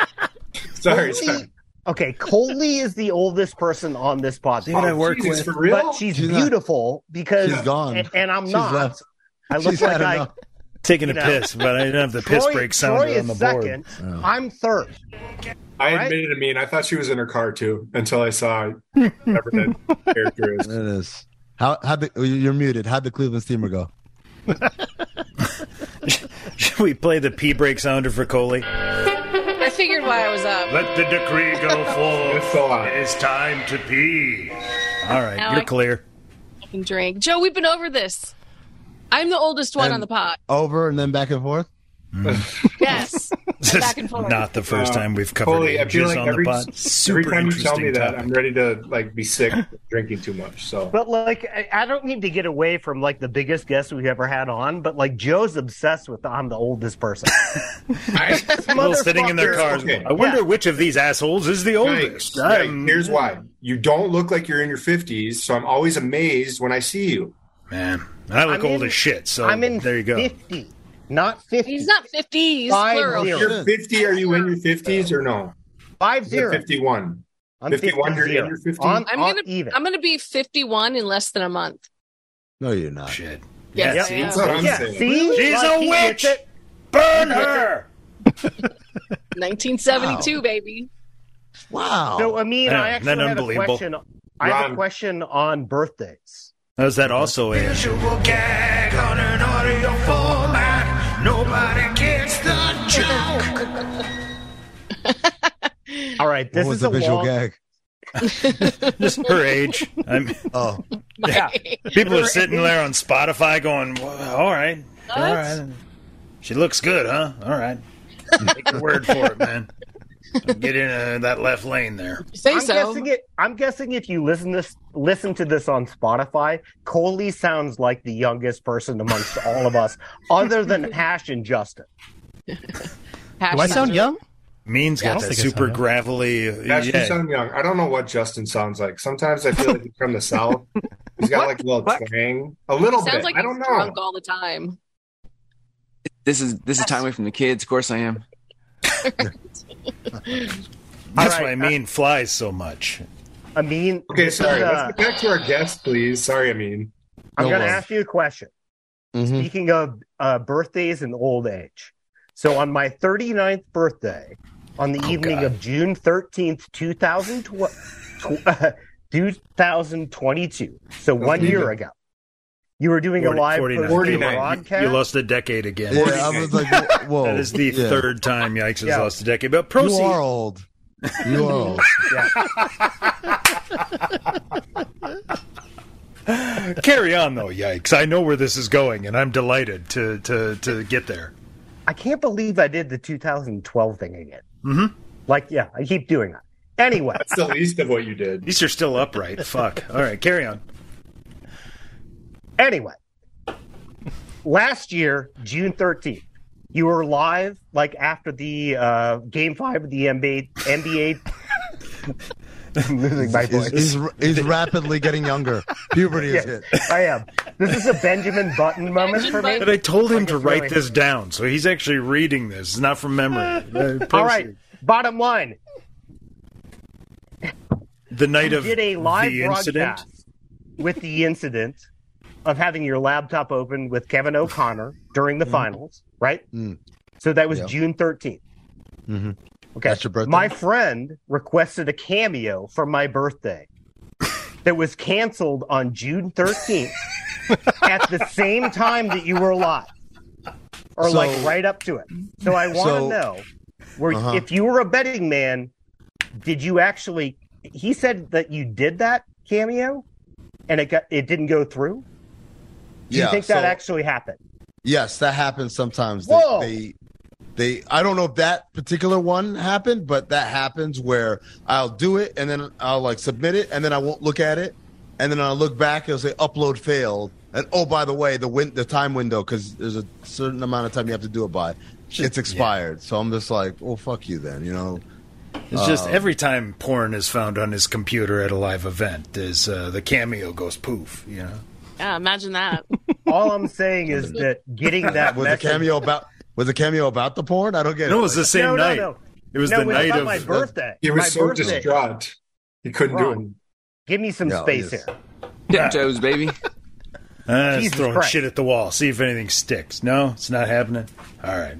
Sorry, Coley- sorry. Okay, Coley is the oldest person on this podcast. Dude, I work Jesus, with- for real? but she's, She's not- beautiful because She's gone. And, and I'm She's not. left. I look She's like had I enough. Taking a you know. piss, but I didn't have the piss Troy- break sounder Troy is on the second. board. Uh, I'm third. I Right? admitted to me, and I thought she was in her car too until I saw whatever [laughs] that character is. It is. How how the, you're muted? How'd the Cleveland steamer go? [laughs] Should we play the pee break sounder for Coley? I figured why I was up. Let the decree [laughs] go forth. it is time to pee. All right, Now I- you're clear. I can drink. Joe, we've been over this. I'm the oldest one And- on [laughs] the pod. Over and then back and forth. Yes. Back and forth. Not the first Uh, time we've covered Holy, I feel ages like on every, the pod. every Super time you interesting tell me that, topic. I'm ready to like be sick from drinking too much. So But like, I- I don't need to get away from like the biggest guest we've ever had on. But like, Joe's obsessed with I'm the oldest person. People sitting in their cars. Okay. I wonder which of these assholes is the oldest. Yikes. Yikes. I'm- Here's why: you don't look like you're in your 50s, so I'm always amazed when I see you. Man, I look I'm old in- as shit. So I'm in there you go. fifty, not fifty. He's not 50. He's Five plural. If zero. you're 50, are you in your 50s or no? Five Is it zero. 51. I'm 51, you're in zero. your 50s. On, I'm on gonna even. I'm gonna be 51 in less than a month. No, you're not. Shit. Yes, Yeah, I see? am. That's what I'm yeah, saying. see, She's a he gets witch! it. [laughs] Burn her. 1972, baby. Wow. Oh. [laughs] So, I mean, Yeah, I isn't that actually have a unbelievable? question. I have a Ron. question on birthdays. Is that also a Visual gag on an audio format. Nobody gets the joke. All right, this what was is the a visual long, gag? just her age? I [laughs] mean, Oh, Yeah. Ah. people are sitting there on Spotify going, "Well, "All right, all right." She looks good, huh? All right, take your word for it, man. Get in uh, that left lane there. Say I'm so. guessing it. I'm guessing if you listen this, listen to this on Spotify, Coley sounds like the youngest person amongst all of [laughs] us, other than Hash and Justin. Do I sound young? Mean's I don't got that think I sound super young. gravelly. uh, Gosh, you yeah. sound young. I don't know what Justin sounds like. Sometimes I feel like he's from the south. [laughs] He's got like a little twang, a little Sounds bit. like I don't he's know. drunk all the time. This is this is time away from the kids. Of course I am. That's All why right, Mean flies so much. I mean, Okay, this is, sorry. uh, Let's get back to our guest, please. Sorry, I mean, I'm No going to worries. ask you a question. Mm-hmm. Mhm. Speaking of uh, birthdays and old age. So, on my 39th birthday, on Oh, the evening of June 13th, 2012, tw- [laughs] uh, 2022, so one even- year ago, you were doing a live 49. post- 49. broadcast. You lost a decade again. yeah, I was like, whoa. whoa. That is the Yeah. third time Yikes has Yeah. lost a decade. But You proceed. are old. You are [laughs] old. [laughs] Carry on though, Yikes. I know where this is going, and I'm delighted to to to get there. I can't believe I did the 2012 thing again. Mm-hmm. Like, yeah, I keep doing that. Anyway, that's the least of what you did. These are still upright. Fuck. All right, carry on. Anyway, last year, June 13th, you were live like after the uh, game five of the NBA. NBA. [laughs] I'm losing my He's, voice. he's, he's rapidly getting younger. Puberty is hit. I am. This is a Benjamin Button moment Benjamin for me. And I told him Okay, to write really. this down, so he's actually reading this. It's not from memory. [laughs] Uh, All proceed. right. Bottom line, The night you of did a live the incident. broadcast with the incident of having your laptop open with Kevin O'Connor during the finals, right? Mm. So that was Yeah. June 13th. Mhm. Okay. That's your birthday? My friend requested a cameo for my birthday that was canceled on June [laughs] 13th at the same time that you were live or So- like right up to it. So I want to So- know where Uh-huh. if you were a betting man, did you actually he said that you did that cameo and it got it didn't go through? Do you think that so- actually happened? Yes, that happens sometimes. They, Whoa. they they I don't know if that particular one happened, but that happens where I'll do it and then I'll like submit it and then I won't look at it and then I'll look back and it'll say upload failed and oh by the way the win the time window because there's a certain amount of time you have to do it by it's expired so I'm just like well fuck you then you know It's Uh, just every time porn is found on his computer at a live event, is uh, the cameo goes poof. You know. Yeah, imagine that. [laughs] All I'm saying [laughs] is that getting that [laughs] was the message cameo about was the cameo about the porn I don't get No, it it was the same no, night. No, no. It was No, the it was night about of my birthday. He was My so birthday. distraught. He couldn't do it. Ron, Give me some No, space yes. here. Dip toes, baby. Uh, it's Jesus throwing Christ. shit at the wall. See if anything sticks. No, it's not happening. All right.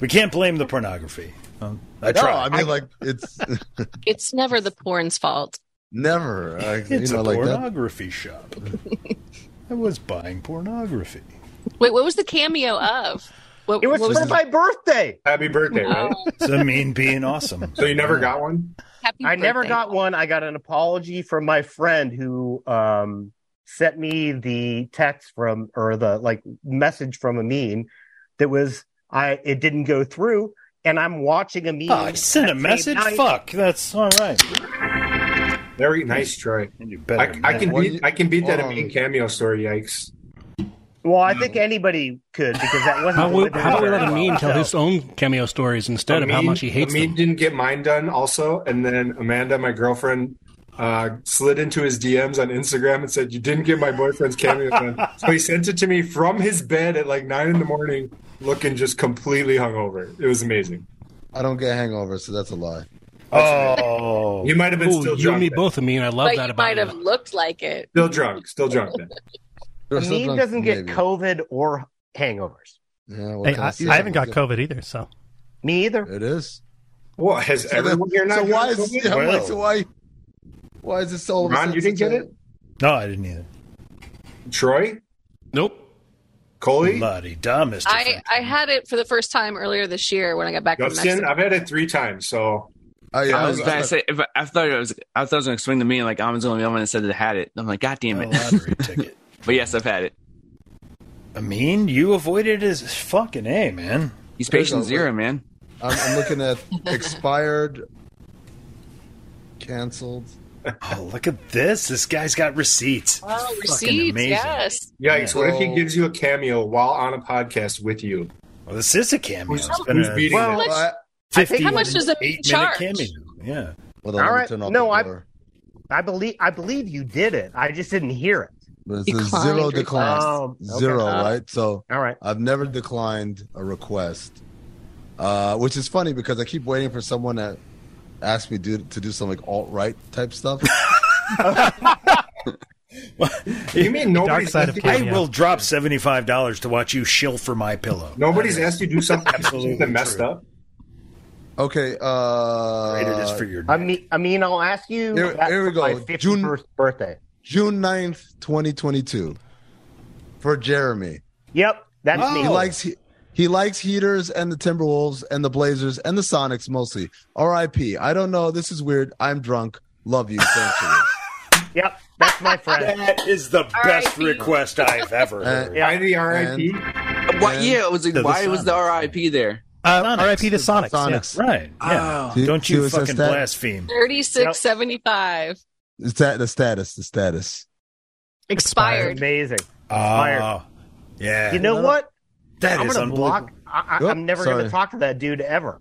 we can't blame the pornography. Um, I no, try. I mean, like it's [laughs] It's never the porn's fault. never. I, you it's know, a like that. pornography shop. I was buying pornography. Wait, what was the cameo of? What, It was what for my birthday. Happy birthday, right? It's a mean being awesome. So you never got one? happy I never birthday? got one. I got an apology from my friend who um, sent me the text from or the like message from a meme that was I it didn't go through, and I'm watching a meme. Oh, you sent that a same message? night. Fuck. That's all right. Very nice, Troy. And you better. I, I can What beat you- I can beat that Hold on. main cameo story. Yikes! Well, I think anybody could because that wasn't. How would, delivered how would very let a well, meme tell so- his own cameo stories instead of how Oh, Amin- much he hates Amin them? didn't get mine done also, and then Amanda, my girlfriend, uh, slid into his DMs on Instagram and said, "You didn't get my boyfriend's cameo [laughs] done." So he sent it to me from his bed at like nine in the morning, looking just completely hungover. It was amazing. I don't get hangovers, so that's a lie. Oh. He might have been Ooh, still you drunk. and me then. both, Amin. I love that But you about might you. have looked like it. Still drunk. Still drunk. Then. Meme doesn't get Maybe. COVID or hangovers. Yeah, what Hey, can I I, say? I haven't got COVID either, so Me either. It is. What has everyone here not? so why gotten is COVID? yeah, I'm like, Well. so why why is this so? all of a Ron, sudden you didn't such get a- it? No, I didn't either. Troy, Nope. Coley, Bloody dumb, Mr. I, Frank. I had it for the first time earlier this year when I got back from Justin. Mexico. I've had it three times, so Oh, yeah, I was I- about to say, if I, I thought it was, I thought it was going to swing to me, like I was the only one that said that had it. I'm like, God damn A it! lottery ticket. [laughs] but yes, I've had it. I mean, you avoided his fucking A, man. He's There's patient a- zero, man. I'm, I'm looking [laughs] at expired, canceled. Oh, look at this. This guy's got receipts. Oh, It's fucking receipts, amazing. yes. yikes! What if he So- gives you a cameo while on a podcast with you? Well, this is a cameo. Who's- It's been who's a beating well, it? Well, I, How much does it 58 minute charge? Cameo. Yeah. All well, let me right. turn off No, the I- door. I believe I believe you did it. I just didn't hear it. But it's a Declined zero request. decline. Oh, okay. Zero, right? So All right. I've never declined a request, uh, which is funny because I keep waiting for someone to ask me do, to do some like alt right [laughs] type stuff. You mean dark nobody's side of asked you- I cameo. will drop $75 to watch you shill for my pillow. nobody's asked you to do something absolutely messed true. up? okay, it is uh, for your I mean, I mean, I'll ask you. Here- that here we for go. My June- 51st birthday. June 9th, 2022, for Jeremy. Yep, that's me. He likes he, he likes heaters and the Timberwolves and the Blazers and the Sonics mostly. R.I.P. I don't know. This is weird. I'm drunk. Love you. Thank you. [laughs] Yep, that's my friend. That is the best R.I.P. request I've Uh, ever heard. Yeah. Why the RIP? What? Yeah, it was like, the why was the Sonics. RIP there? uh, R.I.P. the Sonics. Sonics. Oh, Right. Yeah. See- Don't see you what says fucking that? blaspheme. 3675 It's that the status. The status. expired. Amazing. Oh, Fire. yeah. You know what? That I'm is gonna unbelievable. block. I, I, Oop, I'm never going Oh, sorry. to talk to that dude [laughs] ever.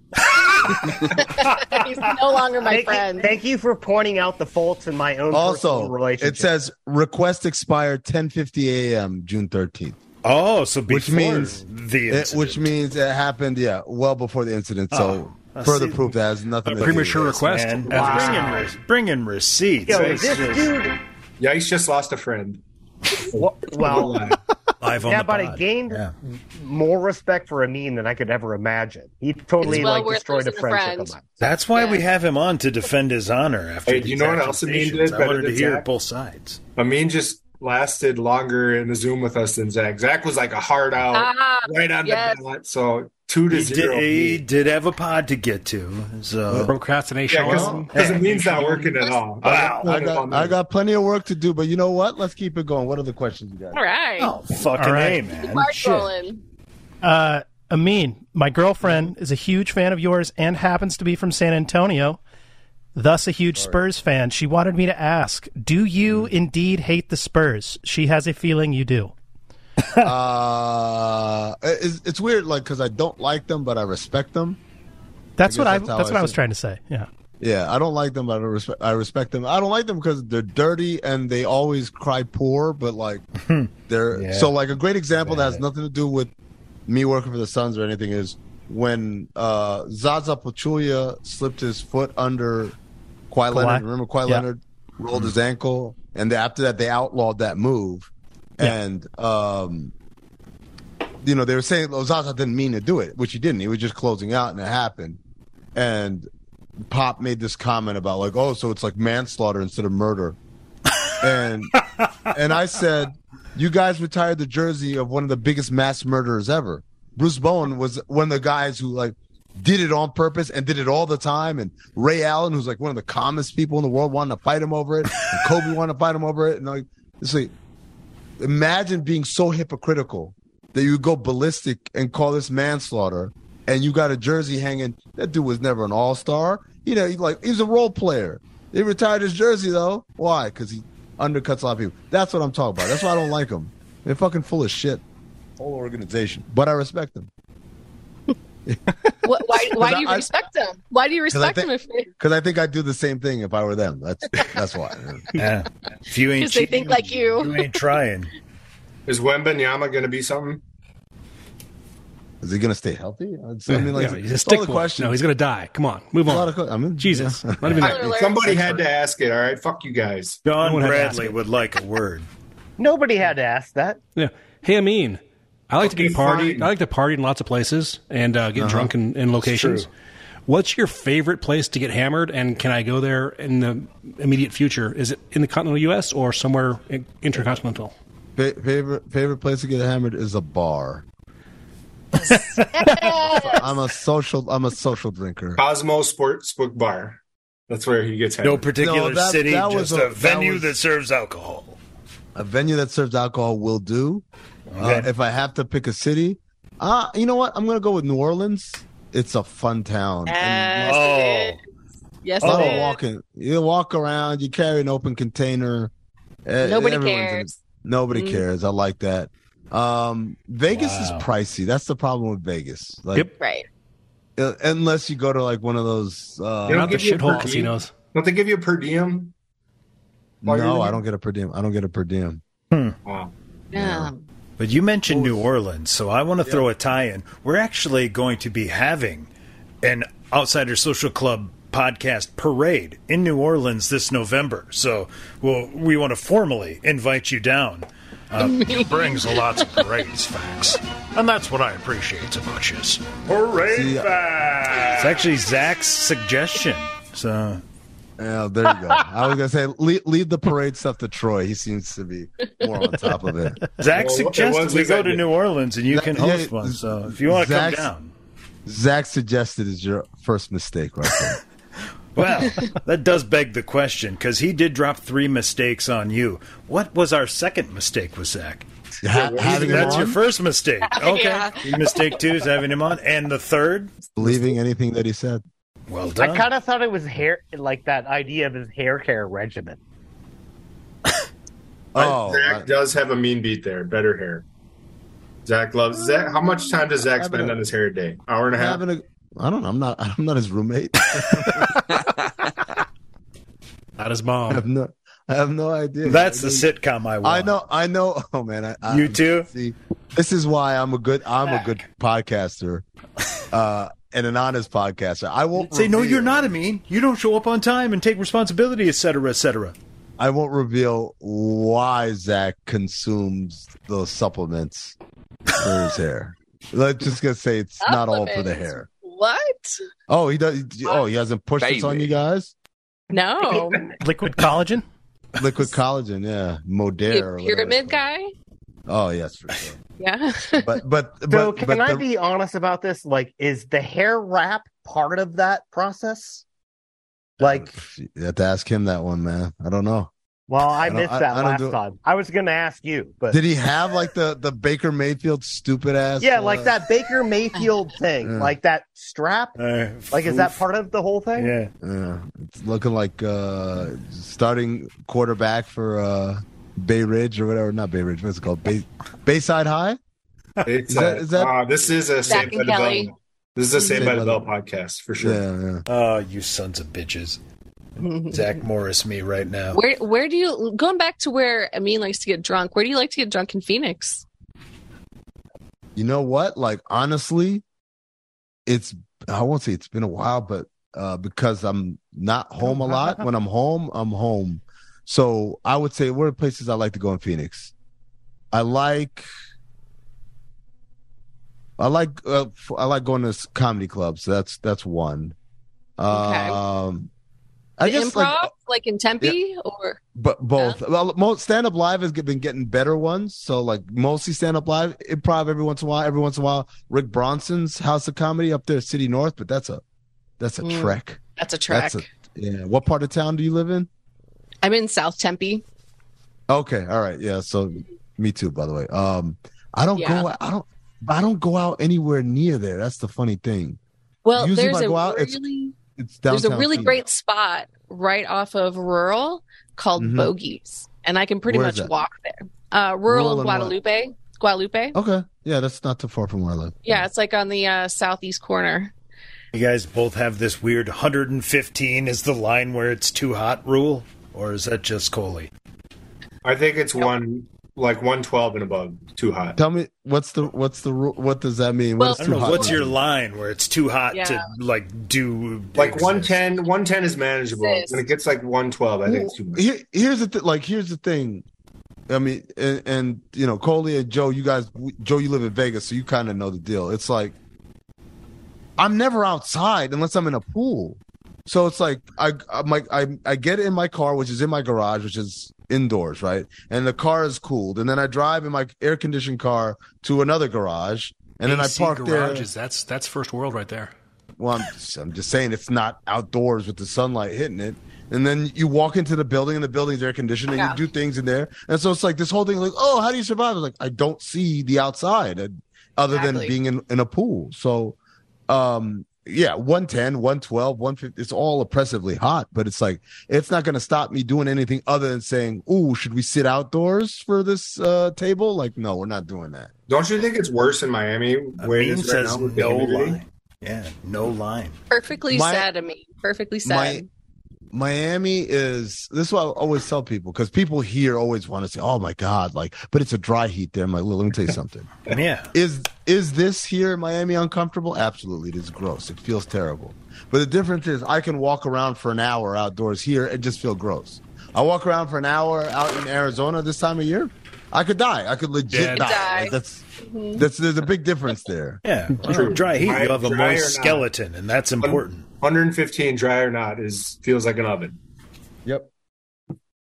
He's no longer my Thank you, friend. thank you for pointing out the faults in my own personal Also, relationship. it says request expired 10:50 a.m. June 13th, Oh, so before Which means- the It- incident. which means it happened. Yeah, well before the incident. So Oh, I further see. proof that has nothing. A to do premature with this. request. Man, Wow. bring, in re- bring in receipts. Yo, It's this just dude. Yikes just lost a friend. wa- Well, live on yeah, the but I pod. gained Yeah. more respect for Amin than I could ever imagine. He totally It's well like worth destroyed a losing a friendship of friend. mine. That's why Yeah. we have him on to defend his honor. After Hey, do you these know what else Amin accusations. did I better wanted to than hear Zach? both sides. Amin just lasted longer in the Zoom with us than Zach. Zach was like a hard out, Ah, right on yes. the ballot. So two to He did, zero. he did have a pod to get to, so Procrastination. Yeah, because Amin's not working at all. Wow. I got, I got plenty of work to do, but you know what? Let's keep it going. What are the questions you got? all right. oh fucking All right. a man. Mark Shit. Roland. Uh, Amin, my girlfriend is a huge fan of yours and happens to be from San Antonio, thus a huge Spurs fan. She wanted me to ask, do you Mm-hmm. indeed hate the Spurs? She has a feeling you do. uh, it's, it's weird, like because I don't like them, but I respect them. That's guess what I that's how that's I what I was see it. trying to say. Yeah. Yeah, I don't like them, but I respect. I respect them. I don't like them because they're dirty and they always cry poor. But like, they're Yeah. so like a great example that has nothing to do with me working for the Suns or anything is when uh, Zaza Pachulia slipped his foot under Kawhi Leonard. Remember Kawhi Yeah. Leonard rolled his ankle, and then after that they outlawed that move. And um, you know they were saying oh, Zaza didn't mean to do it, which he didn't. He was just closing out, and it happened. And Pop made this comment about like, oh, so it's like manslaughter instead of murder. and and I said, you guys retired the jersey of one of the biggest mass murderers ever. Bruce Bowen was one of the guys who like did it on purpose and did it all the time. And Ray Allen, who's like one of the calmest people in the world, wanted to fight him over it. And Kobe wanted to fight him over it. And like, it's like, imagine being so hypocritical that you go ballistic and call this manslaughter and you got a jersey hanging that dude was never an all-star you know he like he's a role player they retired his jersey though why because he undercuts a lot of people that's what i'm talking about that's why i don't like him they're fucking full of shit whole organization but i respect them Wh- [laughs] Why, why do you I- respect them? Why do you 'Cause I respect them if they, because i think i'd do the same thing if i were them that's that's why [laughs] yeah. if [laughs] you because they think like you? [laughs] ain't trying is Wembenyama going to be something [laughs] is he gonna stay healthy i mean like Yeah, he's a all stick the boy. questions- No, he's gonna die. Come on, move a lot on. of que- i mean [laughs] Jesus, not even that. somebody had to ask it all right fuck you guys Don one had to Bradley ask it. would like a word. Nobody had to ask that. Yeah. Hey, I mean, I like to Okay, get party. fine. I like to party in lots of places and uh, Uh-huh. get drunk in, in locations. What's your favorite place to get hammered? And can I go there in the immediate future? Is it in the continental U.S. or somewhere in- intercontinental? Fa- favorite favorite place to get hammered is a [laughs] bar i'm a social i'm a social drinker Cosmo Sports Book Bar. That's where he gets No hammered. particular No, that- city, that was just a- a, that [laughs] venue was- that serves alcohol. a venue that serves alcohol will do. Uh, if I have to pick a city, uh, you know what? I'm gonna go with New Orleans. It's a fun town. Yes, Oh. it is. Yes, a lot it of is. walking. You Oh, walk around. You carry an open container. Eh, Nobody everyone's in it. cares. Nobody Mm. cares. I like that. Um, Vegas Wow. is pricey. That's the problem with Vegas. Like, Yep. Right. uh, unless you go to like one of those. Uh, They don't Not the give you a shithole per diem? casinos. Don't they give you a per diem? While you're no, there? I don't get a per diem. I don't get a per diem. Wow. Yeah. But you mentioned New Orleans, so I want to throw a tie in. We're actually going to be having an Outsider Social Club podcast parade in New Orleans this November. So we'll, we want to formally invite you [laughs] down. Uh, he brings lots of parades facts, and that's what I appreciate so much is parade See, I- facts. uh, It's actually Zach's suggestion. So Yeah, there you go. I was gonna say leave, leave the parade stuff to Troy. He seems to be more on top of it. [laughs] Zach Well, it suggested was we his go to idea. New Orleans and you That- can host yeah, one. So if you want to come Zach's- down, Zach suggested is your first mistake right [laughs] there. well, that does beg the question because he did drop three mistakes on you. What was our second mistake with Zach? Ha- having him That's on, your first [laughs] mistake. Okay, Yeah. mistake two is having him on, and the third. believing anything that he said. Well I done. kind of thought it was hair, like that idea of his hair care regimen. Oh, Zach does have a mean beat there. Better hair. Zach loves Zach. How much time does Zach spend on his hair a day? Hour and a I, half. having a, I don't know. I'm not. [laughs] I'm not his roommate. [laughs] I Not his mom. [laughs] have no. I have no idea. That's the sitcom I want. I know. I know. [laughs] Oh man. I, I, You too? See, this is why I'm a good. I'm a good podcaster, uh, and an honest podcaster. I won't Say no, reveal- you're not. I mean, you don't show up on time and take responsibility, etc., etc. I won't reveal why Zach consumes those supplements for [laughs] his hair. Let's just gonna say it's not all for the Supplements. hair. What? Oh, he does. Oh, he hasn't pushed this on Baby. you guys. Oh. No. Liquid collagen. Liquid collagen, yeah, Modair. or whatever The [laughs] pyramid it's called. guy? Oh yes, for sure. Yeah. But but but, So, but can I the- be honest about this? Like, is the hair wrap part of that process? Like, You have to ask him that one, man. I don't know. well, I, I don't- missed I- that I don't last do- time. I was going to ask you, but Did he have like the the Baker Mayfield stupid ass? yeah, uh, like that Baker [laughs] Mayfield thing, Yeah. like that strap. Uh, Like, is that part of the whole thing? Yeah. uh, it's looking like uh starting quarterback for uh Bay Ridge or whatever. Not Bay Ridge. What's it called? Bay, Bayside High. It's, Is that- uh, is that- uh, this is a Zach Saved and by the Kelly. Bell. This is a Saved by the Bell Saved podcast for sure. Yeah, yeah. Oh, you sons of bitches. Zach Morris, me right now. Where where do you going back to where Amin likes to get drunk? Where do you like to get drunk in Phoenix? You know what? Like honestly, it's I won't say it's been a while, but uh, because I'm not home a lot. [laughs] when I'm home, I'm home. So I would say what are places I like to go in Phoenix? I like I like uh, f- I like going to s- comedy clubs. So that's that's one. Um, I The guess improv, like like, in Tempe, or but both. Well, most stand up live has been getting better ones. So like mostly stand up live, improv every once in a while. Every once in a while, Rick Bronson's House of Comedy up there, City North. But that's a that's a Mm, trek. that's a That's trek. yeah. What part of town do you live in? I'm in South Tempe. Okay. All right. Yeah. So me too. By the way, um, I don't Yeah. go. I don't. I don't go out anywhere near there. That's the funny thing. Well, Usually if there's I a go out, it's- really It's downtown. there's a really Phoenix. great spot right off of Rural called Mhm. Bogies, and I can pretty Where is much that? walk there. Uh, rural, Rural and what? Oh. Guadalupe, Guadalupe. Okay. Yeah, that's not too far from where I live. Yeah, it's like on the uh, southeast corner. You guys both have this weird 115 is the line where it's too hot rule, or is that just Coley? I think it's one like 112 and above. Too hot. Tell me what's the what's the ru- what does that mean? What I is don't too know. hot What's for your you? line where it's too hot Yeah. to like do Like 110, 110 is manageable. Exist. When it gets like 112, I think it's too much. Here, here's the th- like here's the thing. I mean, and, and you know, Coley and Joe, you guys, Joe, you live in Vegas, so you kind of know the deal. It's like I'm never outside unless I'm in a pool. So it's like I I'm like I I get in my car, which is in my garage, which is indoors, right? And the car is cooled, and then I drive in my air conditioned car to another garage, and then I AC park there. garages. That's that's first world right there. Well, I'm just, I'm just saying it's not outdoors with the sunlight hitting it. And then you walk into the building and the building's air conditioned and Yeah. you do things in there. And so it's like this whole thing like, oh, how do you survive? It's like, I don't see the outside uh, other Exactly. than being in, in a pool. So, um, yeah, 110, 112, 150, it's all oppressively hot, but it's like, it's not going to stop me doing anything other than saying, oh, should we sit outdoors for this uh, table? Like, no, we're not doing that. Don't you think it's worse in Miami? Where it Wayne is right Uh, says now with the no humidity? line. Yeah, no line. Perfectly My- sad to me. Perfectly sad. My- Miami is this is what I always tell people because people here always want to say, "Oh my God!" Like, but it's a dry heat there. I'm like, "Look, let me tell you something. Yeah. is is this here in Miami uncomfortable? Absolutely, it is gross. It feels terrible. But the difference is, I can walk around for an hour outdoors here and just feel gross. I walk around for an hour out in Arizona this time of year. I could die. I could legit Dead. die. Die. Like, that's Mm-hmm. that's there's a big difference there. Yeah, well, dry heat. Dry- you have a dry or moist not? skeleton, and that's important. 115, dry or not, is feels like an oven. Yep.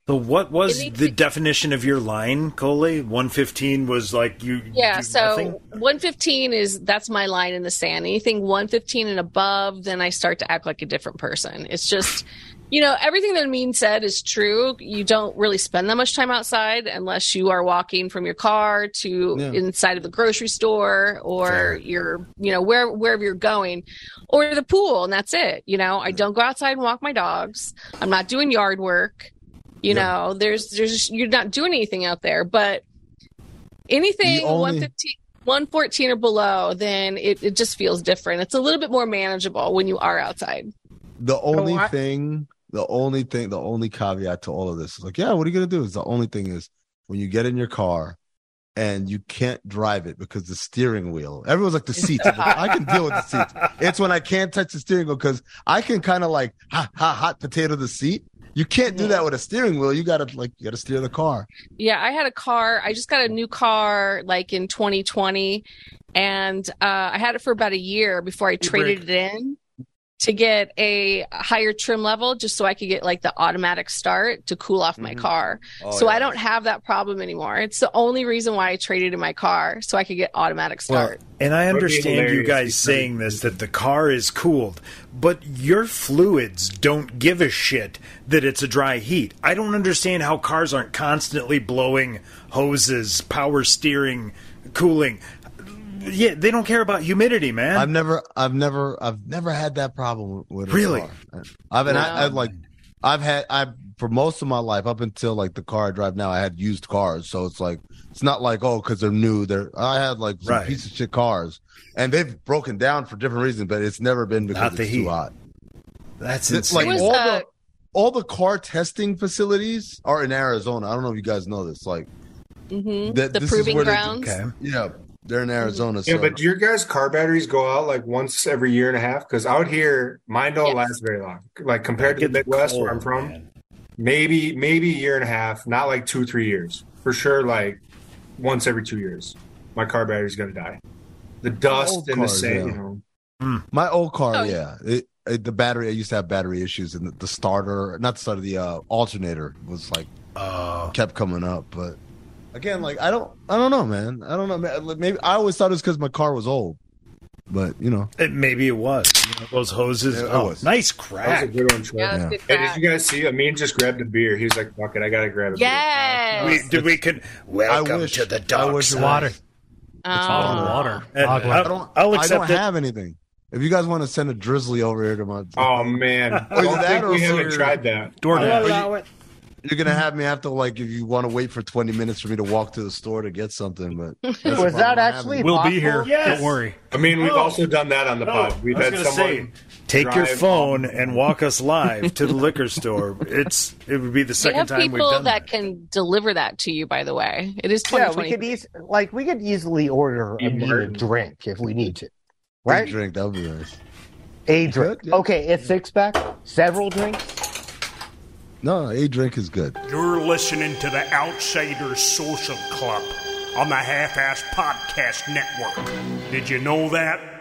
So, what was It needs the to- definition of your line, Coley? One fifteen was like you. yeah do nothing? so 115 is that's my line in the sand anything 115 and above then i start to act like a different person it's just you know everything that mean said is true you don't really spend that much time outside unless you are walking from your car to Yeah. inside of the grocery store or Fair. your you know where wherever you're going or the pool and that's it you know i don't go outside and walk my dogs i'm not doing yard work you Yeah. know there's there's you're not doing anything out there but anything The only- 115 114 or below then it, it just feels different it's a little bit more manageable when you are outside The only I- thing, the only thing, the only caveat to all of this is like, yeah, what are you gonna do? Is the only thing is when you get in your car and you can't drive it because the steering wheel. Everyone's like the seats. I'm like, I can deal with the seats. It's when I can't touch the steering wheel because I can kind of like ha ha hot potato the seat. You can't do that with a steering wheel. You gotta like you gotta steer the car. yeah i had a car i just got a new car like in 2020 and uh, i had it for about a year before i traded it in to get a higher trim level just so i could get like the automatic start to cool off my Mm-hmm. car Oh, so i don't have that problem anymore it's the only reason why i traded in my car so i could get automatic Well, start and I Would be understand you hilarious guys if you- saying this that the car is cooled, but your fluids don't give a shit that it's a dry heat. I don't understand how cars aren't constantly blowing hoses, power steering, cooling. Yeah, they don't care about humidity, man. I've never, I've never, I've never had that problem with a Really? car. I've and I, I've like, I've had, I've for most of my life up until like the car I drive now, I had used cars, so it's like it's not like oh because they're new. They're I had like some Right. piece of shit cars, and they've broken down for different reasons, but it's never been because Not the it's heat. too hot. That's It's insane. like It was, all uh, the all the car testing facilities are in Arizona. I don't know if you guys know this. Like hmm that, the this is proving where they- grounds Mm-hmm. okay. yeah, They're in Arizona. Yeah, so- but do your guys' car batteries go out like once every year and a half? Because out here, mine don't last very long. Like compared to the Midwest where I'm from, maybe maybe a year and a half, not like two three years for sure. Like once every two years, my car battery's gonna die. The dust Old and the cars, sand. yeah. You know. Mm. My old car, Oh, yeah. It, it, the battery, I used to have battery issues, and the, the starter, not the starter, the uh, alternator was like, Uh. kept coming up. But again, like, I don't, I don't know, man. I don't know. man. Maybe I always thought it was because my car was old, but you know, It, maybe it was. You know, those hoses. Yeah, it oh, was. Nice That crack. was a good one, Troy. Yeah, that's a good Hey, did you guys see? Amin just grabbed a beer. He was like, "Fuck it, I gotta grab it." Yes. We, did we can welcome to the dark side. water. Oh. water. Ah. And Bog I'll- water. I'll I accept don't it. have anything. If you guys want to send a drizzly over here to my, Um, Oh man, I don't that think or we haven't for- tried that. I'll DoorDash. allow it. you're gonna have me have to like if you want to wait for 20 minutes for me to walk to the store to get something. But [laughs] that's Was that about what I'm actually? having. We'll possible? be here. Yes. Don't worry. I mean, we've No. also done that on the pod. We've I was had gonna someone. say, take your drive phone and walk us live to the [laughs] liquor store. It's it would be the We second have time we've people done that, that. can deliver that to you. By the way, it is Yeah, 2020. we could eas- like we could easily order a, Eat meal Martin. drink if we need to, Big right? Drink that would be nice. A drink. Good, yeah. Okay, a six pack, several drinks. No, a drink is good. You're listening to the Outsiders Social Club on the Half Ass Podcast Network. Did you know that?